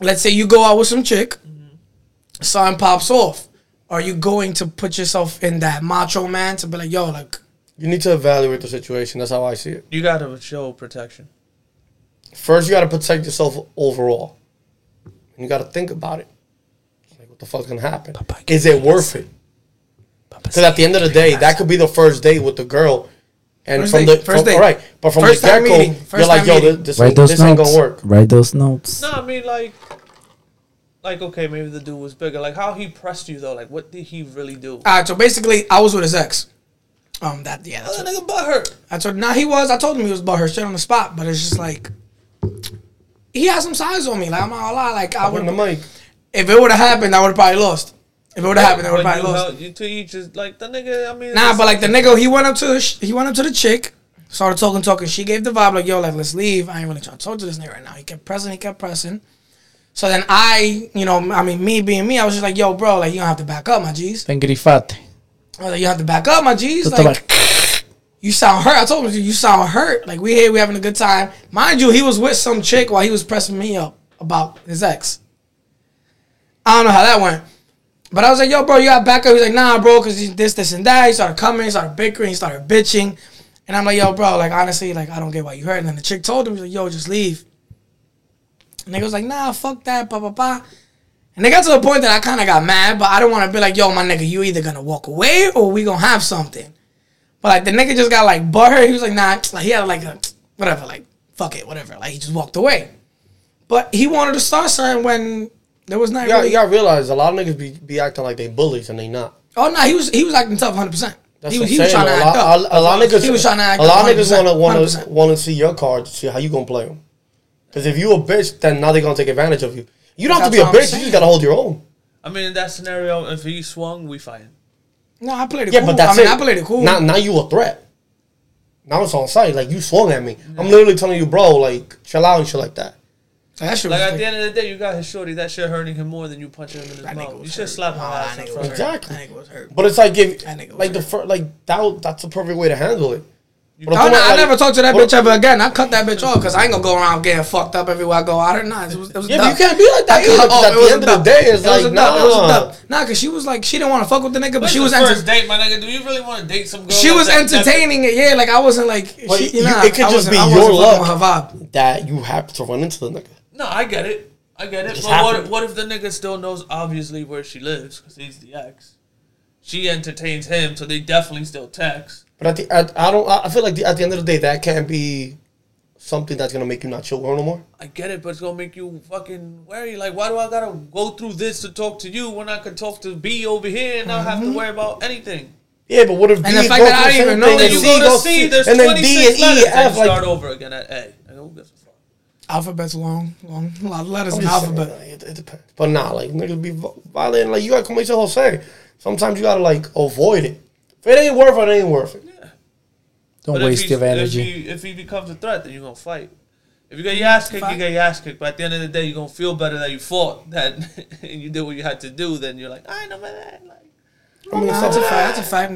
Speaker 2: Let's say you go out with some chick, something pops off. Are you going to put yourself in that macho man to be like, yo, like,
Speaker 1: You need to evaluate the situation. That's how I see it.
Speaker 4: You gotta show protection.
Speaker 1: First, you got to protect yourself overall. And you got to think about it. Like, what the fuck's going to happen? Is it worth it? Because at the end of the day, that could be the first date with the girl. And
Speaker 2: First
Speaker 1: from
Speaker 2: date,
Speaker 1: the
Speaker 2: first
Speaker 1: from,
Speaker 2: date.
Speaker 1: all right, but from
Speaker 2: First
Speaker 1: the
Speaker 2: time
Speaker 1: get
Speaker 2: meeting,
Speaker 1: go, you're
Speaker 2: first
Speaker 1: like,
Speaker 2: time
Speaker 1: yo,
Speaker 2: meeting.
Speaker 1: this,
Speaker 3: Write those
Speaker 1: this ain't
Speaker 3: notes.
Speaker 1: gonna work.
Speaker 3: Write those notes.
Speaker 4: No, I mean like, like okay, maybe the dude was bigger. Like how he pressed you though. Like what did he really do?
Speaker 2: all right, so basically, I was with his ex. Um, that, yeah, that's
Speaker 4: That
Speaker 2: what,
Speaker 4: nigga butt hurt.
Speaker 2: that's what, nah, he was, I told him he was about her shit on the spot, but it's just like, he had some size on me. Like, I'm not gonna lie, like, I
Speaker 1: I wouldn't the
Speaker 2: would,
Speaker 1: mic.
Speaker 2: if it would have happened, I would have probably lost. If it would have happened, I would
Speaker 4: But
Speaker 2: have probably
Speaker 4: you
Speaker 2: lost.
Speaker 4: held- You to each is like the nigga. I mean,
Speaker 2: Nah,
Speaker 4: it's-
Speaker 2: but like the nigga, he went up to the sh- he went up to the chick, started talking, talking. She gave the vibe like, "Yo, like let's leave. I ain't really trying to talk to this nigga right now." He kept pressing, he kept pressing. So then I, you know, I mean, me being me, I was just like, "Yo, bro, like you don't have to back up, my G's.
Speaker 3: Engrifate.
Speaker 2: I was like, you don't have to back up, my G's.
Speaker 3: Put the
Speaker 2: Like
Speaker 3: back.
Speaker 2: you sound hurt. I told him, you sound hurt. Like we here, we having a good time, mind you. He was with some chick while he was pressing me up about his ex. I don't know how that went. But I was like, yo, bro, you got back up. He's like, nah, bro, because this, this, and that. He started coming, he started bickering, he started bitching. And I'm like, yo, bro, like, honestly, like, I don't get why you hurt. And then the chick told him, he's like, yo, just leave. And they was like, nah, fuck that, blah, blah, blah. And they got to the point that I kind of got mad, but I didn't want to be like, yo, my nigga, you either going to walk away or we going to have something. But, like, the nigga just got, like, butthurt. He was like, nah, like, he had, like, a, whatever, like, fuck it, whatever. Like, he just walked away. But he wanted to start something when there was not
Speaker 1: You gotta,
Speaker 2: really.
Speaker 1: you gotta realize a lot of niggas be, be acting like they bullies and they not.
Speaker 2: Oh no, he was he was acting tough, hundred percent.
Speaker 1: That's
Speaker 2: he
Speaker 1: what
Speaker 2: was
Speaker 1: I'm
Speaker 2: he was
Speaker 1: saying.
Speaker 2: trying to
Speaker 1: though.
Speaker 2: act
Speaker 1: a, lot,
Speaker 2: up.
Speaker 1: a, a lot of niggas,
Speaker 2: He was trying to act
Speaker 1: a lot of
Speaker 2: up
Speaker 1: niggas
Speaker 2: 100%,
Speaker 1: wanna wanna
Speaker 2: 100%.
Speaker 1: wanna see your card, see how you gonna play them. Because if you a bitch, then now they gonna take advantage of you. You don't have
Speaker 2: That's
Speaker 1: to be a
Speaker 2: what I'm
Speaker 1: bitch. You
Speaker 2: saying.
Speaker 1: just gotta hold your own.
Speaker 4: I mean, in that scenario, if he swung, we fighting.
Speaker 2: No, I played it
Speaker 1: Yeah,
Speaker 2: cool.
Speaker 1: but
Speaker 2: I
Speaker 1: that's
Speaker 2: mean,
Speaker 1: it.
Speaker 2: I played it cool.
Speaker 1: Now, now you a threat. Now it's on site. Like you swung at me. I'm literally telling you, bro. Like chill out and shit like that.
Speaker 2: that shit was
Speaker 4: Like at
Speaker 2: like-
Speaker 4: the end of the day, you got his shorty. That shit hurting him more than you punching him in his
Speaker 2: that nigga
Speaker 4: mouth. You
Speaker 2: was
Speaker 4: should
Speaker 2: hurt.
Speaker 4: slap him.
Speaker 2: Nah,
Speaker 4: ass
Speaker 2: that
Speaker 4: in
Speaker 2: nigga was
Speaker 4: front of
Speaker 2: hurt.
Speaker 4: her.
Speaker 1: Exactly.
Speaker 2: That nigga was hurt.
Speaker 1: But it's like if
Speaker 2: That nigga was
Speaker 1: like the
Speaker 2: hurt.
Speaker 1: fir- like that. That's the perfect way to handle it. But I'm
Speaker 2: Oh,
Speaker 1: talking
Speaker 2: no,
Speaker 1: about,
Speaker 2: I
Speaker 1: like-
Speaker 2: never talked to that
Speaker 1: but-
Speaker 2: bitch ever again. I cut that bitch off because I ain't gonna go around getting fucked up everywhere I go. I don't know. It was, it was
Speaker 1: Yeah,
Speaker 2: a
Speaker 1: but
Speaker 2: dub.
Speaker 1: you can't be like
Speaker 2: I
Speaker 1: that *laughs* either,
Speaker 2: cut-
Speaker 1: 'cause
Speaker 2: oh,
Speaker 1: at
Speaker 2: it
Speaker 1: the
Speaker 2: was a
Speaker 1: end of the
Speaker 2: dub.
Speaker 1: day, it's
Speaker 2: It was
Speaker 1: like,
Speaker 2: a dub, it was a
Speaker 1: nah.
Speaker 2: dub. Nah, because she was like, she didn't want to fuck with the nigga, but
Speaker 4: What's
Speaker 2: she
Speaker 4: the
Speaker 2: was
Speaker 4: first
Speaker 2: enter-
Speaker 4: date, my nigga. Do you really want to date some girl?
Speaker 2: she
Speaker 4: like
Speaker 2: was
Speaker 4: that- that-
Speaker 2: entertaining it. Yeah, like I wasn't like
Speaker 1: But
Speaker 2: she,
Speaker 1: you-
Speaker 2: nah,
Speaker 1: it could
Speaker 2: I
Speaker 1: just
Speaker 2: wasn't-
Speaker 1: be
Speaker 2: I
Speaker 1: your
Speaker 2: wasn't fucking
Speaker 1: luck.
Speaker 2: with her vibe.
Speaker 1: That you have to run into the nigga.
Speaker 4: No, I get it. I get it.
Speaker 1: Just
Speaker 4: But what,
Speaker 1: happened.
Speaker 4: what if the nigga still knows obviously where she lives because he's the ex? She entertains him, so they definitely still text.
Speaker 1: But at the at, I don't. I I feel like the, at the end of the day, that can't be something that's gonna make you not chill with her no more.
Speaker 4: I get it, but it's gonna make you fucking worry. Like, why do I gotta go through this to talk to you when I could talk to B over here and not have
Speaker 1: Mm-hmm.
Speaker 4: to worry about anything?
Speaker 1: Yeah, but what if
Speaker 2: the
Speaker 1: D
Speaker 2: fact
Speaker 1: go
Speaker 2: that I
Speaker 1: through the
Speaker 2: didn't even
Speaker 1: same
Speaker 2: know
Speaker 1: thing
Speaker 4: And
Speaker 2: that
Speaker 1: and
Speaker 4: then you
Speaker 1: C
Speaker 4: go to
Speaker 1: goes
Speaker 4: C,
Speaker 1: through,
Speaker 4: there's
Speaker 1: and then
Speaker 4: 26
Speaker 1: D and E
Speaker 4: letters,
Speaker 1: and
Speaker 4: and
Speaker 1: F
Speaker 4: you start
Speaker 1: like.
Speaker 4: over again at A. Like, who gives a fuck?
Speaker 2: Alphabet's long, long, a lot of letters
Speaker 1: I'm
Speaker 2: in the
Speaker 1: just saying,
Speaker 2: alphabet.
Speaker 1: like, it, it depends. But nah, like niggas be vi- violent. Like you gotta come with your whole say. Sometimes you gotta like avoid it. If it ain't worth it, it ain't worth it.
Speaker 3: Don't
Speaker 4: But if
Speaker 3: waste
Speaker 4: he-
Speaker 3: your energy.
Speaker 4: If he, if he becomes a threat, then you're gonna fight. If you get your ass kicked, you
Speaker 2: Fight.
Speaker 4: get your ass kicked. But at the end of the day, you're gonna feel better that you fought, that *laughs* and you did what you had to do. Then you're like, I know about that. Like,
Speaker 1: I mean,
Speaker 2: Nah,
Speaker 1: some-
Speaker 2: that's a fact. That's a fact.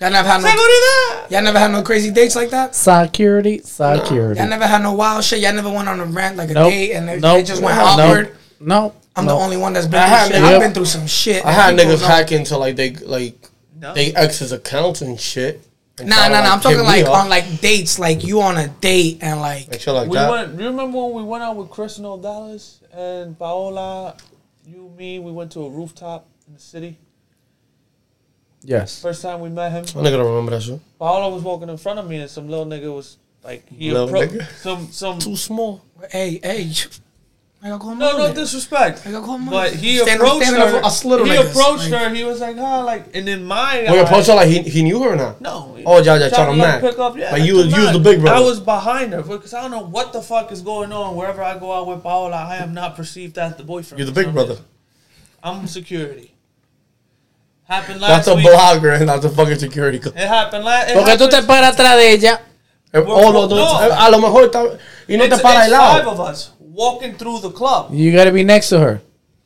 Speaker 2: Y'all never had
Speaker 4: "Say go do
Speaker 2: no.
Speaker 4: that.
Speaker 2: Y'all never had no crazy dates like that.
Speaker 3: Security, security.
Speaker 2: Y'all never had no wild shit. Y'all never went on a rant like a
Speaker 3: Nope.
Speaker 2: date and it,
Speaker 3: Nope.
Speaker 2: it just went
Speaker 3: Nope.
Speaker 2: awkward.
Speaker 3: No.
Speaker 2: I'm
Speaker 3: no.
Speaker 2: the only one that's been
Speaker 1: I
Speaker 2: through
Speaker 1: had
Speaker 2: shit.
Speaker 1: niggas-
Speaker 2: I've been through some shit.
Speaker 1: I had
Speaker 2: People
Speaker 1: niggas
Speaker 2: know-
Speaker 1: hack into like they like
Speaker 4: No.
Speaker 1: they ex's accounts and shit. and
Speaker 2: Nah,
Speaker 1: try to,
Speaker 2: nah, nah. I'm
Speaker 1: hit
Speaker 2: talking
Speaker 1: me
Speaker 2: like
Speaker 1: up
Speaker 2: on like dates. Like you on a date and like
Speaker 1: and shit like
Speaker 4: We
Speaker 1: that.
Speaker 4: went. You remember when we went out with Chris and Dallas and Paola, you, me? We went to a rooftop in the city.
Speaker 3: Yes.
Speaker 4: First time we met him.
Speaker 1: I'm not gonna remember that shit.
Speaker 4: Paola was walking in front of me, and some little nigga was like, he
Speaker 1: Little
Speaker 4: approached
Speaker 1: nigga.
Speaker 4: some some.
Speaker 1: Too small.
Speaker 2: hey, hey. I got call
Speaker 4: No, no disrespect.
Speaker 2: I got called mine.
Speaker 4: But he
Speaker 2: Stand-
Speaker 4: approached
Speaker 2: standing up
Speaker 4: her.
Speaker 2: for us little
Speaker 4: he
Speaker 2: niggas,
Speaker 4: approached
Speaker 2: like-
Speaker 4: her. He was like, ah, like, and in my
Speaker 1: Wait,
Speaker 4: eyes-
Speaker 1: approach her like he, he knew her or not?
Speaker 4: No.
Speaker 1: Oh, yeah, yeah, trying to
Speaker 4: like,
Speaker 1: match.
Speaker 4: pick up. Yeah,
Speaker 1: Like, you was-
Speaker 4: to
Speaker 1: you was the
Speaker 4: match.
Speaker 1: big brother.
Speaker 4: I was behind her because I don't know what the fuck is going on. Wherever I go out with Paola, I am not perceived as the boyfriend.
Speaker 1: You're the
Speaker 4: for
Speaker 1: big
Speaker 4: some
Speaker 1: brother.
Speaker 4: reason. I'm security. Happened last
Speaker 1: That's a
Speaker 4: week.
Speaker 1: blogger and that's a fucking security guard.
Speaker 4: It happened last.
Speaker 3: Porque tú te paras atrás de ella.
Speaker 1: Oh, no, no,
Speaker 4: no.
Speaker 1: A lo mejor está, y no
Speaker 4: it's,
Speaker 1: te
Speaker 4: it's
Speaker 1: para al
Speaker 4: five
Speaker 1: lado.
Speaker 4: of us walking through the club.
Speaker 3: You gotta be next to her.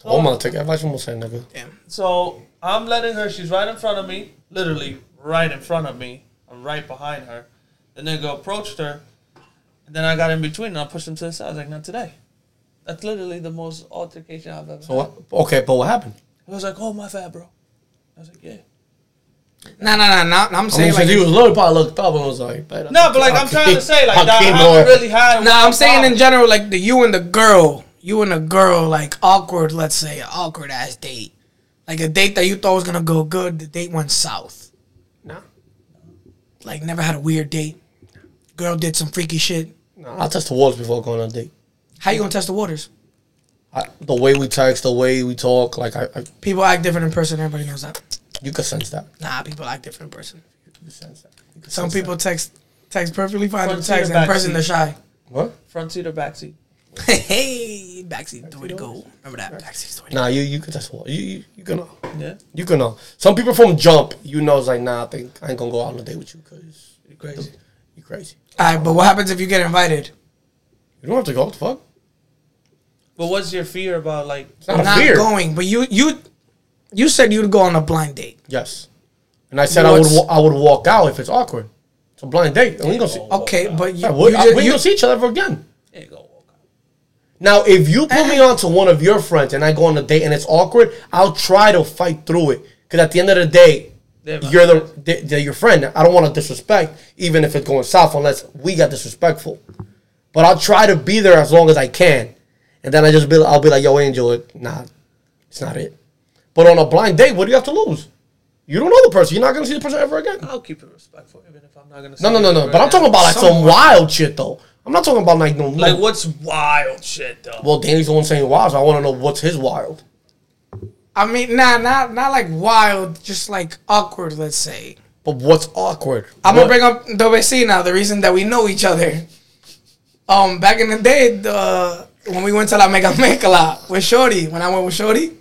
Speaker 1: Oh, my, take advice from saying, nigga.
Speaker 4: So I'm letting her. She's right in front of me, literally right in front of me. I'm right behind her. The nigga approached her, and then I got in between and I pushed him to the side. I was like, not today. That's literally the most altercation I've ever.
Speaker 1: So what? Okay, but what happened?
Speaker 4: He was like, oh my fat bro. I was like, yeah.
Speaker 2: Nah, nah, nah, nah. I'm
Speaker 1: I mean,
Speaker 2: saying like
Speaker 1: since he was little, probably looked up and was like, "Bet I
Speaker 4: No,
Speaker 1: think
Speaker 4: but like I'm
Speaker 1: Hakeem-
Speaker 4: trying to say, like, that I
Speaker 1: Hakeem
Speaker 4: haven't
Speaker 1: Noah."
Speaker 4: really had.
Speaker 2: No, I'm saying in general, like the you and the girl, you and the girl, like awkward. Let's say a awkward ass date, like a date that you thought was gonna go good. The date went south.
Speaker 1: No.
Speaker 2: Like never had a weird date. Girl did some freaky shit.
Speaker 1: No, I test the waters before going on a date.
Speaker 2: How you gonna test the waters?
Speaker 1: I, the way we text, the way we talk, like I, I
Speaker 2: People act different in person. Everybody knows that.
Speaker 1: you can sense that.
Speaker 2: Nah, people act different in person.
Speaker 1: You can sense that. You can
Speaker 2: Some
Speaker 1: sense
Speaker 2: people text text perfectly fine on
Speaker 4: Front seat or
Speaker 2: text, and
Speaker 4: back
Speaker 2: in person
Speaker 4: seat?
Speaker 2: they're shy. *laughs*
Speaker 1: that. what?
Speaker 4: front seat or back seat.
Speaker 2: hey, backseat, the way to go. Remember that backseat's the way to go.
Speaker 1: Nah, you you can test the waters. You you, you can know.
Speaker 4: Yeah,
Speaker 1: You can know. Some people from jump, you know, it's like nah, I think I ain't gonna go out on a date with you because
Speaker 4: you crazy.
Speaker 1: you crazy.
Speaker 2: All right, but what happens if you get invited?
Speaker 1: You don't have to go. What the fuck?
Speaker 4: But what's your fear about like?
Speaker 1: It's not,
Speaker 2: not
Speaker 1: a fear.
Speaker 2: going, but you you you said you'd go on a blind date.
Speaker 1: Yes. And I said I
Speaker 2: What's-
Speaker 1: would wa- I would walk out if it's awkward. It's a blind date. And we gonna see.
Speaker 2: Okay, but you,
Speaker 1: Yeah, we,
Speaker 2: Oh. you,
Speaker 1: I-
Speaker 2: ju-
Speaker 1: we ain't
Speaker 2: you-
Speaker 1: gonna see each other ever again.
Speaker 4: Yeah, go walk out.
Speaker 1: Now, if you put me on to one of your friends and I go on a date and it's awkward, I'll try to fight through it. Because at the end of the day,
Speaker 4: They're my
Speaker 1: you're the they- they're your friend. I don't want to disrespect, even if it's going south, unless we got disrespectful. But I'll try to be there as long as I can, and then I just be I'll be like, "Yo, Angel, it, nah, it's not it." But on a blind date, what do you have to lose? You don't know the person. You're not gonna see the person ever again.
Speaker 4: I'll keep it respectful, even if I'm not gonna.
Speaker 1: No,
Speaker 4: say
Speaker 1: no, no,
Speaker 4: it
Speaker 1: no.
Speaker 4: right
Speaker 1: But I'm
Speaker 4: now.
Speaker 1: talking about like some
Speaker 2: Somewhat.
Speaker 1: wild shit though. I'm not talking about like no
Speaker 4: like what's wild shit though.
Speaker 1: Well, Danny's the one saying wild, so I want to know what's his wild.
Speaker 2: I mean, nah, not not like wild, just like awkward. Let's say
Speaker 1: But what's awkward?
Speaker 2: I'm gonna bring up the vecina, the reason that we know each other. Um, back in the day, the, when we went to La Mega Mecla with Shorty, when I went with Shorty,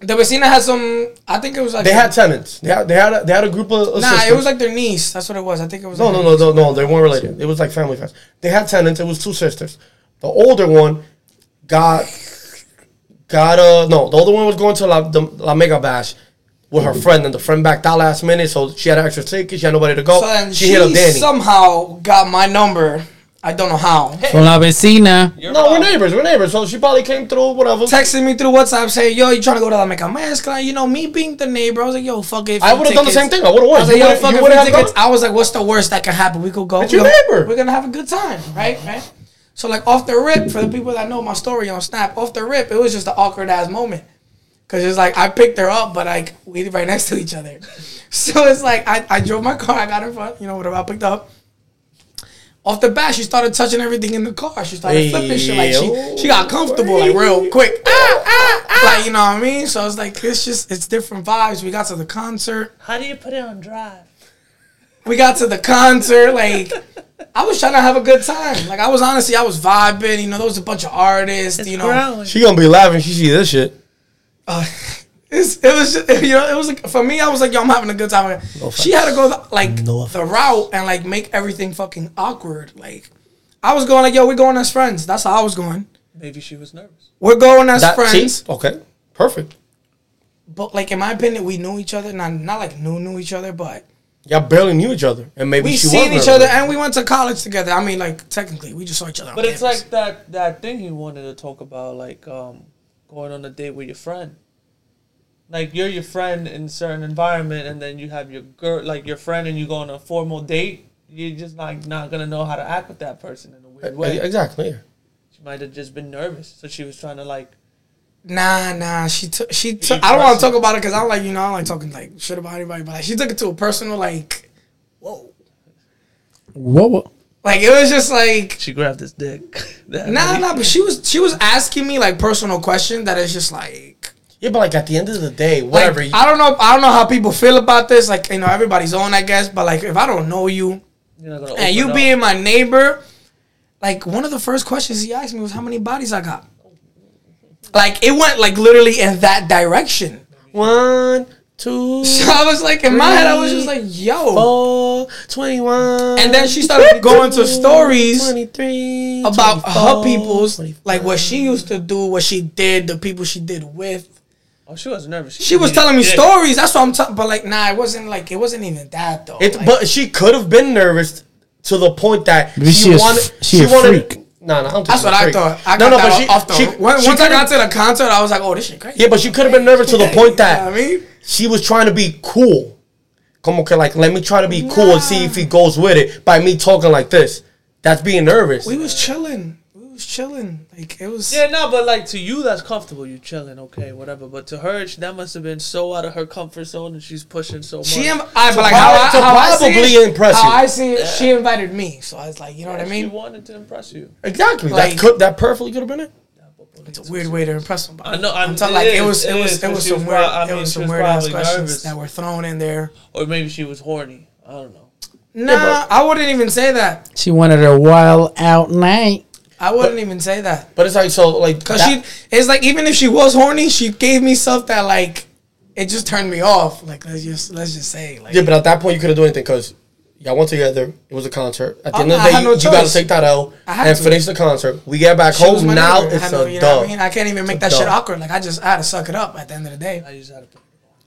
Speaker 2: the vecina had some. I think it was like
Speaker 1: They had tenants. They had they had a, they had a group of of
Speaker 2: nah,
Speaker 1: sisters.
Speaker 2: it was like their niece. That's what it was. I think it was
Speaker 1: no,
Speaker 2: like
Speaker 1: no,
Speaker 2: their
Speaker 1: no, no, no. They weren't related. It was like family friends. They had tenants. It was two sisters. The older one got got uh no. The older one was going to la the, la mega bash with her friend, and the friend backed out last minute, so she had an extra ticket. She had nobody to go.
Speaker 2: So then
Speaker 1: she,
Speaker 2: she,
Speaker 1: hit up Danny.
Speaker 2: somehow got my number. I don't know how.
Speaker 3: From la vecina.
Speaker 4: You're
Speaker 1: no, we're
Speaker 4: wild.
Speaker 1: neighbors. We're neighbors. So she probably came through. Whatever.
Speaker 2: Texted me through WhatsApp saying, "Yo, you trying to go to La Meca Mezcla?" You know, me being the neighbor, I was like, "Yo, fuck it."
Speaker 1: I
Speaker 2: free
Speaker 1: would have done the
Speaker 2: tickets."
Speaker 1: same thing. I would have
Speaker 2: I
Speaker 1: won.
Speaker 2: was like,
Speaker 1: You
Speaker 2: "Yo,
Speaker 1: would've-
Speaker 2: fuck
Speaker 1: you
Speaker 2: it,
Speaker 1: would've
Speaker 2: free
Speaker 1: had
Speaker 2: tickets."
Speaker 1: gone?
Speaker 2: I was like, "What's the worst that could happen? We could go.
Speaker 1: It's
Speaker 2: we
Speaker 1: your
Speaker 2: gonna-
Speaker 1: neighbor.
Speaker 2: We're gonna have a good time, right? Right." So like off the rip, for the people that know my story on Snap, off the rip, it was just an awkward ass moment. Cause it's like I picked her up, but like we right next to each other. *laughs* So it's like I, I drove my car, I got in front, you know, whatever I picked up. Off the bat, she started touching everything in the car. She started flipping shit. Like she, she got comfortable like real quick. Ah, ah, ah. oh, Like you know what I mean? So it's like it's just it's different vibes. We got to the concert.
Speaker 4: How do you put it on drive?
Speaker 2: We got to the concert. Like I was trying to have a good time. Like I was honestly, I was vibing. You know, there was a bunch of artists. you know,
Speaker 1: She gonna be laughing. She see this shit.
Speaker 2: uh, *laughs* it's, it was just, *laughs* you know it was like for me I was like yo I'm having a good time. she had to go the, like
Speaker 1: No
Speaker 2: the route and like make everything fucking awkward. Like I was going like yo we're going as friends. That's how I was going.
Speaker 4: Maybe she was nervous.
Speaker 2: We're going as
Speaker 1: That- see?
Speaker 2: friends,
Speaker 1: Okay. Perfect.
Speaker 2: but like in my opinion we knew each other. Not not like knew knew each other, but
Speaker 1: Y'all barely knew each other, and maybe
Speaker 2: we
Speaker 1: she
Speaker 2: seen
Speaker 1: was
Speaker 2: each
Speaker 1: nervous.
Speaker 2: other and we went to college together. I mean like technically we just saw each other. on
Speaker 4: But it's
Speaker 2: campus.
Speaker 4: like that that thing you wanted to talk about, like um, going on a date with your friend. Like you're your friend in a certain environment, and then you have your girl, like your friend, and you go on a formal date. You're just like not gonna know how to act with that person in a weird
Speaker 1: E-
Speaker 4: way.
Speaker 1: Exactly. yeah.
Speaker 4: She might have just been nervous, so she was trying to like.
Speaker 2: Nah, nah. She took. She
Speaker 4: You
Speaker 2: took. I don't want to
Speaker 4: person.
Speaker 2: talk about it because I'm like, you know, I don't like talking like shit about anybody. But like, she took it to a personal like, whoa.
Speaker 3: Whoa, whoa.
Speaker 2: Like it was just like,
Speaker 4: She grabbed his dick. *laughs* That
Speaker 2: nah,
Speaker 4: night.
Speaker 2: nah. But she was she was asking me like personal question that is just like,
Speaker 1: Yeah, but like at the end of the day,
Speaker 2: like,
Speaker 1: whatever. you,
Speaker 2: I don't know. I don't know how people feel about this. Like you know, everybody's own, I guess. But like, if I don't know you
Speaker 4: You're not gonna
Speaker 2: and you
Speaker 4: open up.
Speaker 2: being my neighbor, like one of the first questions he asked me was how many bodies I got. Like it went like literally in that direction. *laughs*
Speaker 1: one, two,
Speaker 2: So I was like, in my head, I was just like, yo.
Speaker 1: four, 21.
Speaker 2: And then she started going to stories
Speaker 1: 23.
Speaker 2: about her
Speaker 1: 24,
Speaker 2: peoples,
Speaker 1: 25.
Speaker 2: like what she used to do, what she did, the people she did with.
Speaker 4: Oh, she was nervous.
Speaker 2: She was
Speaker 4: Yeah.
Speaker 2: telling me
Speaker 4: Yeah.
Speaker 2: stories. That's what I'm talking. But like, nah, it wasn't like it wasn't even that though.
Speaker 1: It,
Speaker 2: Like,
Speaker 1: but she could have been nervous to the point that
Speaker 3: Maybe she
Speaker 1: she,
Speaker 3: a f-
Speaker 1: wanted.
Speaker 3: she a
Speaker 1: wanted.
Speaker 3: freak.
Speaker 1: No, no, I don't think
Speaker 2: that's
Speaker 1: she's a
Speaker 2: what I
Speaker 1: freak.
Speaker 2: thought. I
Speaker 1: no,
Speaker 2: got
Speaker 1: no,
Speaker 2: that
Speaker 1: but she,
Speaker 2: off though.
Speaker 1: she,
Speaker 2: When- once
Speaker 1: she
Speaker 2: I
Speaker 1: could've-
Speaker 2: got to the concert, I was like, oh, this shit crazy.
Speaker 1: yeah, but she could have been nervous to
Speaker 2: *laughs*
Speaker 1: the point that
Speaker 2: You know what I mean,
Speaker 1: she was trying to be cool. Come on, okay, like let me try to be cool and see if he goes with it by me talking like this. That's being nervous.
Speaker 2: we was chilling. We was chilling. Like it was.
Speaker 4: Yeah, no, but like to you, that's comfortable. You chilling, okay, whatever. But to her, she- that must have been so out of her comfort zone, and she's pushing so much.
Speaker 2: She, Im- I, but like
Speaker 1: prob-
Speaker 2: how, I,
Speaker 1: to
Speaker 2: how I see
Speaker 1: probably
Speaker 2: it-
Speaker 1: impress
Speaker 2: how
Speaker 1: you.
Speaker 2: I see it, she invited me, so I was like, you know what I
Speaker 4: She
Speaker 2: mean?
Speaker 4: wanted to impress you.
Speaker 1: exactly.
Speaker 2: Like-
Speaker 1: that could that perfectly could have been it.
Speaker 2: It's a weird way to impress somebody.
Speaker 4: I know, I'm-
Speaker 2: I'm talking
Speaker 4: it
Speaker 2: like it
Speaker 4: is,
Speaker 2: was, it
Speaker 4: it
Speaker 2: was,
Speaker 4: is,
Speaker 2: it
Speaker 4: but
Speaker 2: was
Speaker 4: she
Speaker 2: some
Speaker 4: was
Speaker 2: weird,
Speaker 4: prob- I
Speaker 2: it
Speaker 4: mean,
Speaker 2: was
Speaker 4: she
Speaker 2: some
Speaker 4: was
Speaker 2: weird ass
Speaker 4: probably
Speaker 2: questions
Speaker 4: nervous.
Speaker 2: that were thrown in there.
Speaker 4: Or maybe she was horny. I don't know.
Speaker 2: Nah, I wouldn't even say that.
Speaker 3: She wanted a wild out night.
Speaker 2: I wouldn't even say that.
Speaker 1: But it's like so like
Speaker 2: Cause
Speaker 1: that-
Speaker 2: she, it's like even if she was horny, she gave me stuff that like, it just turned me off. Like let's just let's just say like
Speaker 1: Yeah, but at that point you couldn't do anything because y'all went together. It was a concert. At the
Speaker 2: Oh,
Speaker 1: end of
Speaker 2: I
Speaker 1: the day,
Speaker 2: had
Speaker 1: you,
Speaker 2: no
Speaker 1: you gotta
Speaker 2: choice.
Speaker 1: take that out
Speaker 2: I had
Speaker 1: and
Speaker 2: to.
Speaker 1: finish the concert. We get back
Speaker 2: she was
Speaker 1: home
Speaker 2: my
Speaker 1: now.
Speaker 2: neighbor. I
Speaker 1: It's
Speaker 2: know,
Speaker 1: a
Speaker 2: you know what I
Speaker 1: dub,
Speaker 2: mean? I can't even make that
Speaker 1: dub.
Speaker 2: shit awkward. Like I just I had to suck it up at the end of the day.
Speaker 4: I just had to.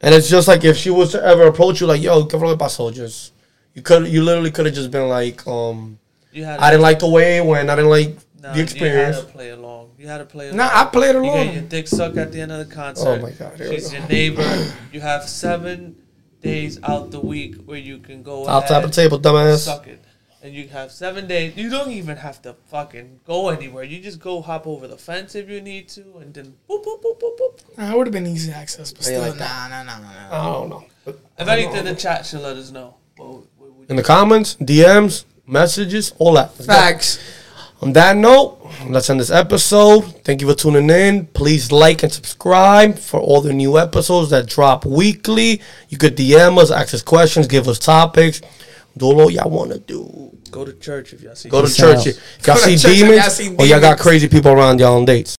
Speaker 1: and it's just like if she was to ever approach you like, "Yo, get rid of my soldiers," you could you literally could have just been like, um,
Speaker 4: You had.
Speaker 1: "I didn't like the way it went. I didn't like
Speaker 4: Nah,
Speaker 1: the experience."
Speaker 4: You had to play along. You had to play along.
Speaker 2: Nah, I played
Speaker 4: You
Speaker 2: along.
Speaker 4: get your dick sucked at the end of the concert.
Speaker 1: Oh my God, here we
Speaker 4: She's
Speaker 1: go.
Speaker 4: your neighbor. You have seven days out the week where you can go
Speaker 1: I'll tap the
Speaker 4: ahead,
Speaker 1: table, dumbass.
Speaker 4: suck it. And you have seven days. You don't even have to fucking go anywhere. You just go hop over the fence if you need to, and then boop boop boop boop boop.
Speaker 2: Nah, it would have been easy access, but
Speaker 1: Yeah,
Speaker 2: still
Speaker 1: like
Speaker 2: nah, nah nah nah nah.
Speaker 1: I don't know.
Speaker 4: If anything, the chat should let us know. Well, we- we-
Speaker 1: In the comments, DMs, messages, all that. Let's go.
Speaker 2: Facts.
Speaker 1: On that note, let's end this episode. Thank you for tuning in. Please like and subscribe for all the new episodes that drop weekly. You could DM us, ask us questions, give us topics. Do all y'all want to do.
Speaker 4: Go to church if y'all see.
Speaker 1: Go to
Speaker 3: Peace
Speaker 1: church.
Speaker 3: out.
Speaker 1: If Y'all
Speaker 2: Go to
Speaker 1: see
Speaker 2: church if
Speaker 1: demons,
Speaker 2: y'all see
Speaker 1: or y'all got
Speaker 2: demons.
Speaker 1: crazy people around y'all on dates.